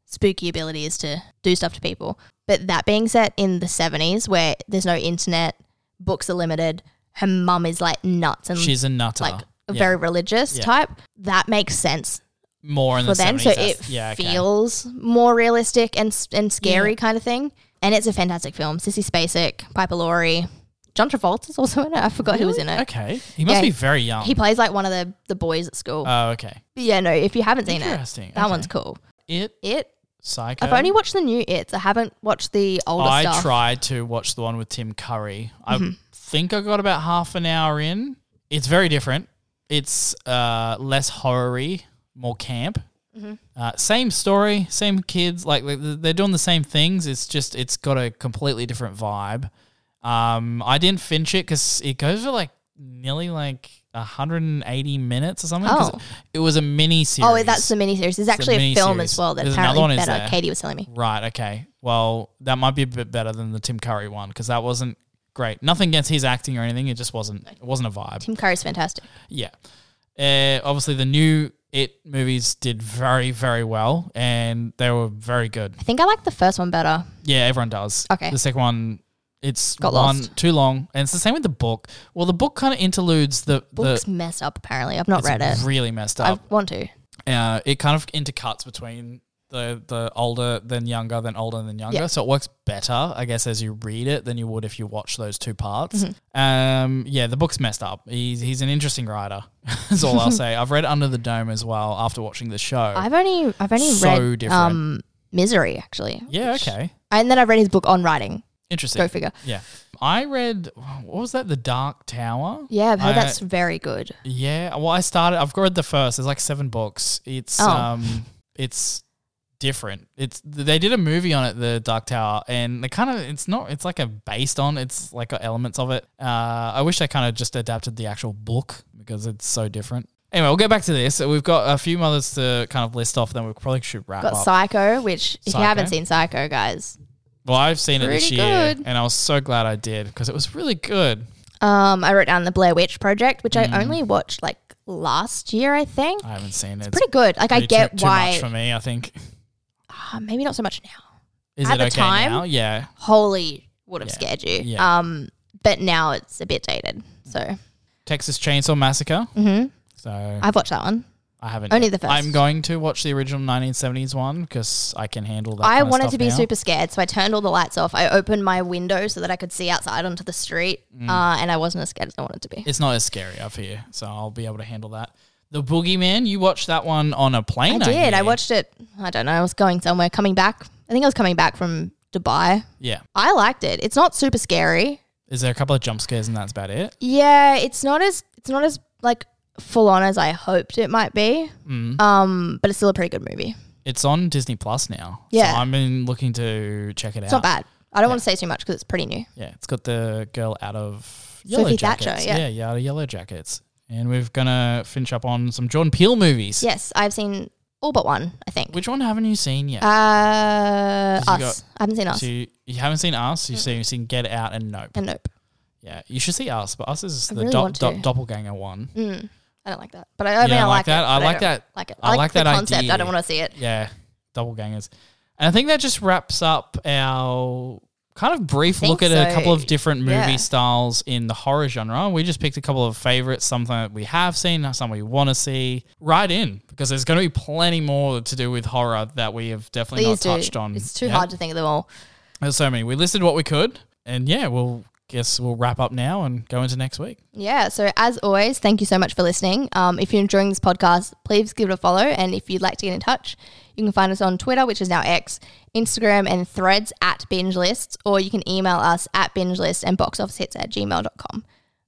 Speaker 1: spooky abilities to do stuff to people. But that being set in the 70s, where there's no internet, books are limited, her mum is like nuts and
Speaker 2: She's a nutter.
Speaker 1: um, like a
Speaker 2: Yeah.
Speaker 1: very religious
Speaker 2: Yeah.
Speaker 1: type, that makes sense
Speaker 2: More in
Speaker 1: for
Speaker 2: the
Speaker 1: them.
Speaker 2: 70s.
Speaker 1: So
Speaker 2: that's-
Speaker 1: it
Speaker 2: yeah, okay.
Speaker 1: feels more realistic and s- and scary kind of thing. And it's a fantastic film. Sissy Spacek, Piper Laurie, John Travolta's also in it. I forgot who was in it.
Speaker 2: Okay. He must
Speaker 1: Yeah,
Speaker 2: be
Speaker 1: he-
Speaker 2: very young.
Speaker 1: He plays like one of the, the boys at school.
Speaker 2: oh, okay.
Speaker 1: But yeah, no, if you haven't seen it,
Speaker 2: Interesting.
Speaker 1: that
Speaker 2: okay.
Speaker 1: one's cool.
Speaker 2: It,
Speaker 1: It.
Speaker 2: Psycho.
Speaker 1: I've only watched the new It's. I haven't watched the older
Speaker 2: I
Speaker 1: stuff. Mm-hmm.
Speaker 2: tried to watch the one with Tim Curry. I think I got about half an hour in. It's very different. It's uh, less horror-y, more camp.
Speaker 1: Mm-hmm.
Speaker 2: Uh, same story, same kids. Like like, th- they're doing the same things. It's just it's got a completely different vibe. Um, I didn't finish it because it goes for like nearly like 180 minutes or something. 'cause
Speaker 1: Oh.
Speaker 2: it was a mini series.
Speaker 1: Oh, that's the miniseries. There's actually a film
Speaker 2: miniseries.
Speaker 1: as well that's
Speaker 2: There's another
Speaker 1: apparently
Speaker 2: one, is
Speaker 1: better.
Speaker 2: there?
Speaker 1: Katie was telling me.
Speaker 2: Right. Okay. Well, that might be a bit better than the Tim Curry one because that wasn't great. Nothing against his acting or anything. It just wasn't. It wasn't a vibe.
Speaker 1: Tim Curry's fantastic.
Speaker 2: Yeah. Uh, obviously, the new It movies did very, very well, and they were very good.
Speaker 1: I think I like the first one better.
Speaker 2: Yeah, everyone does.
Speaker 1: Okay.
Speaker 2: The second one, it's
Speaker 1: Got
Speaker 2: one
Speaker 1: lost.
Speaker 2: too long, and it's the same with the book. Well, the book kind of interludes the
Speaker 1: Book's
Speaker 2: the.
Speaker 1: messed up apparently. I've not
Speaker 2: it's
Speaker 1: read it.
Speaker 2: Really messed
Speaker 1: I
Speaker 2: up.
Speaker 1: want to.
Speaker 2: uh, it kind of intercuts between the the older then younger then older then younger
Speaker 1: Yeah.
Speaker 2: so it works better i guess as you read it than you would if you watch those two parts um yeah the book's messed up he's he's an interesting writer that's all i'll say i've read under the dome as well after watching the show
Speaker 1: I've only I've only
Speaker 2: So
Speaker 1: read
Speaker 2: different.
Speaker 1: um Misery actually.
Speaker 2: yeah okay
Speaker 1: And then I read his book on writing.
Speaker 2: interesting
Speaker 1: Go figure.
Speaker 2: yeah i read what was that the dark tower
Speaker 1: Yeah, I've heard
Speaker 2: I-
Speaker 1: that's very good.
Speaker 2: Yeah. Well, I started. I've read the first. There's like seven books. It's
Speaker 1: Oh.
Speaker 2: um, it's different. It's they did a movie on it, The Dark Tower, and they kind of it's not. It's like a based on. It's like got elements of it. Uh, I wish they kind of just adapted the actual book because it's so different. Anyway, we'll get back to this. So we've got a few mothers to kind of list off. Then we probably should wrap
Speaker 1: Got
Speaker 2: up.
Speaker 1: Psycho, which if
Speaker 2: Psycho.
Speaker 1: you haven't seen Psycho, guys,
Speaker 2: well, I've seen it this
Speaker 1: Pretty
Speaker 2: year,
Speaker 1: good.
Speaker 2: and I was so glad I did because it was really good.
Speaker 1: um, I wrote down the Blair Witch Project, which I only watched like last year, I think.
Speaker 2: Hmm. I haven't seen it. It's
Speaker 1: Pretty good. Like I
Speaker 2: pretty too-
Speaker 1: get
Speaker 2: too much
Speaker 1: why,
Speaker 2: for me. I think
Speaker 1: Ah, maybe not so much now.
Speaker 2: is
Speaker 1: At
Speaker 2: it
Speaker 1: the
Speaker 2: okay
Speaker 1: time-
Speaker 2: now? Yeah.
Speaker 1: Holy would have
Speaker 2: Yeah.
Speaker 1: scared you.
Speaker 2: Yeah.
Speaker 1: Um, but now it's a bit dated. So
Speaker 2: Texas Chainsaw Massacre.
Speaker 1: Mhm.
Speaker 2: So I,
Speaker 1: I've watched that one.
Speaker 2: haven't.
Speaker 1: only
Speaker 2: yet.
Speaker 1: the first.
Speaker 2: I'm going to watch the original 1970s one because I can handle that.
Speaker 1: I
Speaker 2: kinda
Speaker 1: wanted
Speaker 2: stuff
Speaker 1: to be
Speaker 2: now.
Speaker 1: super scared, so I turned all the lights off. I opened my window so that I could see outside onto the street, uh, and I wasn't as scared as I wanted to be.
Speaker 2: Mm. It's not as scary up here, so I'll be able to handle that. The Boogeyman. You watched that one on a
Speaker 1: I
Speaker 2: plane?
Speaker 1: did. I
Speaker 2: hear.
Speaker 1: watched it. I don't know. I was going somewhere, coming back. I think I was coming back from Dubai.
Speaker 2: Yeah.
Speaker 1: I liked it. It's not super scary.
Speaker 2: Is there a couple of jump scares and that's about it?
Speaker 1: Yeah, it's not as it's not as like full on as I hoped it might be.
Speaker 2: Mm.
Speaker 1: Um, but it's still a pretty good movie.
Speaker 2: It's on Disney Plus now.
Speaker 1: Yeah.
Speaker 2: So I've been looking to check it
Speaker 1: It's
Speaker 2: out.
Speaker 1: not bad. I don't want to say too much because it's pretty new.
Speaker 2: Yeah. It's got the girl out of
Speaker 1: Sophie
Speaker 2: Yellow
Speaker 1: Thatcher,
Speaker 2: Jackets.
Speaker 1: yeah.
Speaker 2: yeah. out of Yellow Jackets. And we're gonna finish up on some Jordan Peele movies.
Speaker 1: Yes, I've seen all but one. I think.
Speaker 2: Which one haven't you seen yet?
Speaker 1: Uh,
Speaker 2: Because you
Speaker 1: us. I haven't seen us.
Speaker 2: So you, you haven't seen Us. You've seen, you've seen Get Out and Nope.
Speaker 1: and nope.
Speaker 2: Yeah, you should see Us, but Us is
Speaker 1: I
Speaker 2: the
Speaker 1: really
Speaker 2: do-
Speaker 1: want
Speaker 2: do-
Speaker 1: to.
Speaker 2: doppelganger one.
Speaker 1: Mm, I don't like that. But I, I
Speaker 2: You
Speaker 1: mean,
Speaker 2: don't
Speaker 1: I
Speaker 2: like
Speaker 1: like
Speaker 2: that?
Speaker 1: It,
Speaker 2: I
Speaker 1: but
Speaker 2: like
Speaker 1: don't
Speaker 2: that-
Speaker 1: Like it.
Speaker 2: I like
Speaker 1: the
Speaker 2: that
Speaker 1: concept.
Speaker 2: idea.
Speaker 1: I don't want to see it.
Speaker 2: Yeah, doppelgangers. And I think that just wraps up our kind of brief look at
Speaker 1: think
Speaker 2: a
Speaker 1: so.
Speaker 2: couple of different movie
Speaker 1: Yeah.
Speaker 2: styles in the horror genre. We just picked a couple of favorites, something that we have seen, some we want to see. Right in because there's going to be plenty more to do with horror that we have definitely
Speaker 1: Please do.
Speaker 2: not touched on.
Speaker 1: It's too
Speaker 2: yet.
Speaker 1: hard to think of them all.
Speaker 2: There's so many. We listed what we could, and yeah, we'll guess we'll wrap up now and go into next week.
Speaker 1: Yeah. So as always, thank you so much for listening. Um, if you're enjoying this podcast, please give it a follow. And if you'd like to get in touch, you can find us on Twitter, which is now X, Instagram and threads at binge lists, or you can email us at binge list and boxofficehits at gmail.com.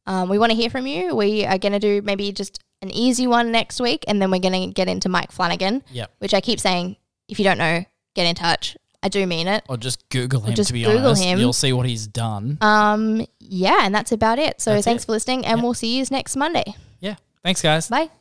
Speaker 1: Um, we want to hear from you. We are going to do maybe just an easy one next week, and then we're going to get into Mike Flanagan,
Speaker 2: Yep.
Speaker 1: which I keep saying, if you don't know, get in touch. I do mean it.
Speaker 2: Or just Google him.
Speaker 1: just
Speaker 2: to be
Speaker 1: Google
Speaker 2: honest,
Speaker 1: him. Uh,
Speaker 2: you'll see what he's done.
Speaker 1: Um, yeah, and that's about it. So
Speaker 2: That's
Speaker 1: thanks
Speaker 2: it.
Speaker 1: for listening, and we'll see you next Monday.
Speaker 2: yeah. Thanks, guys.
Speaker 1: Bye.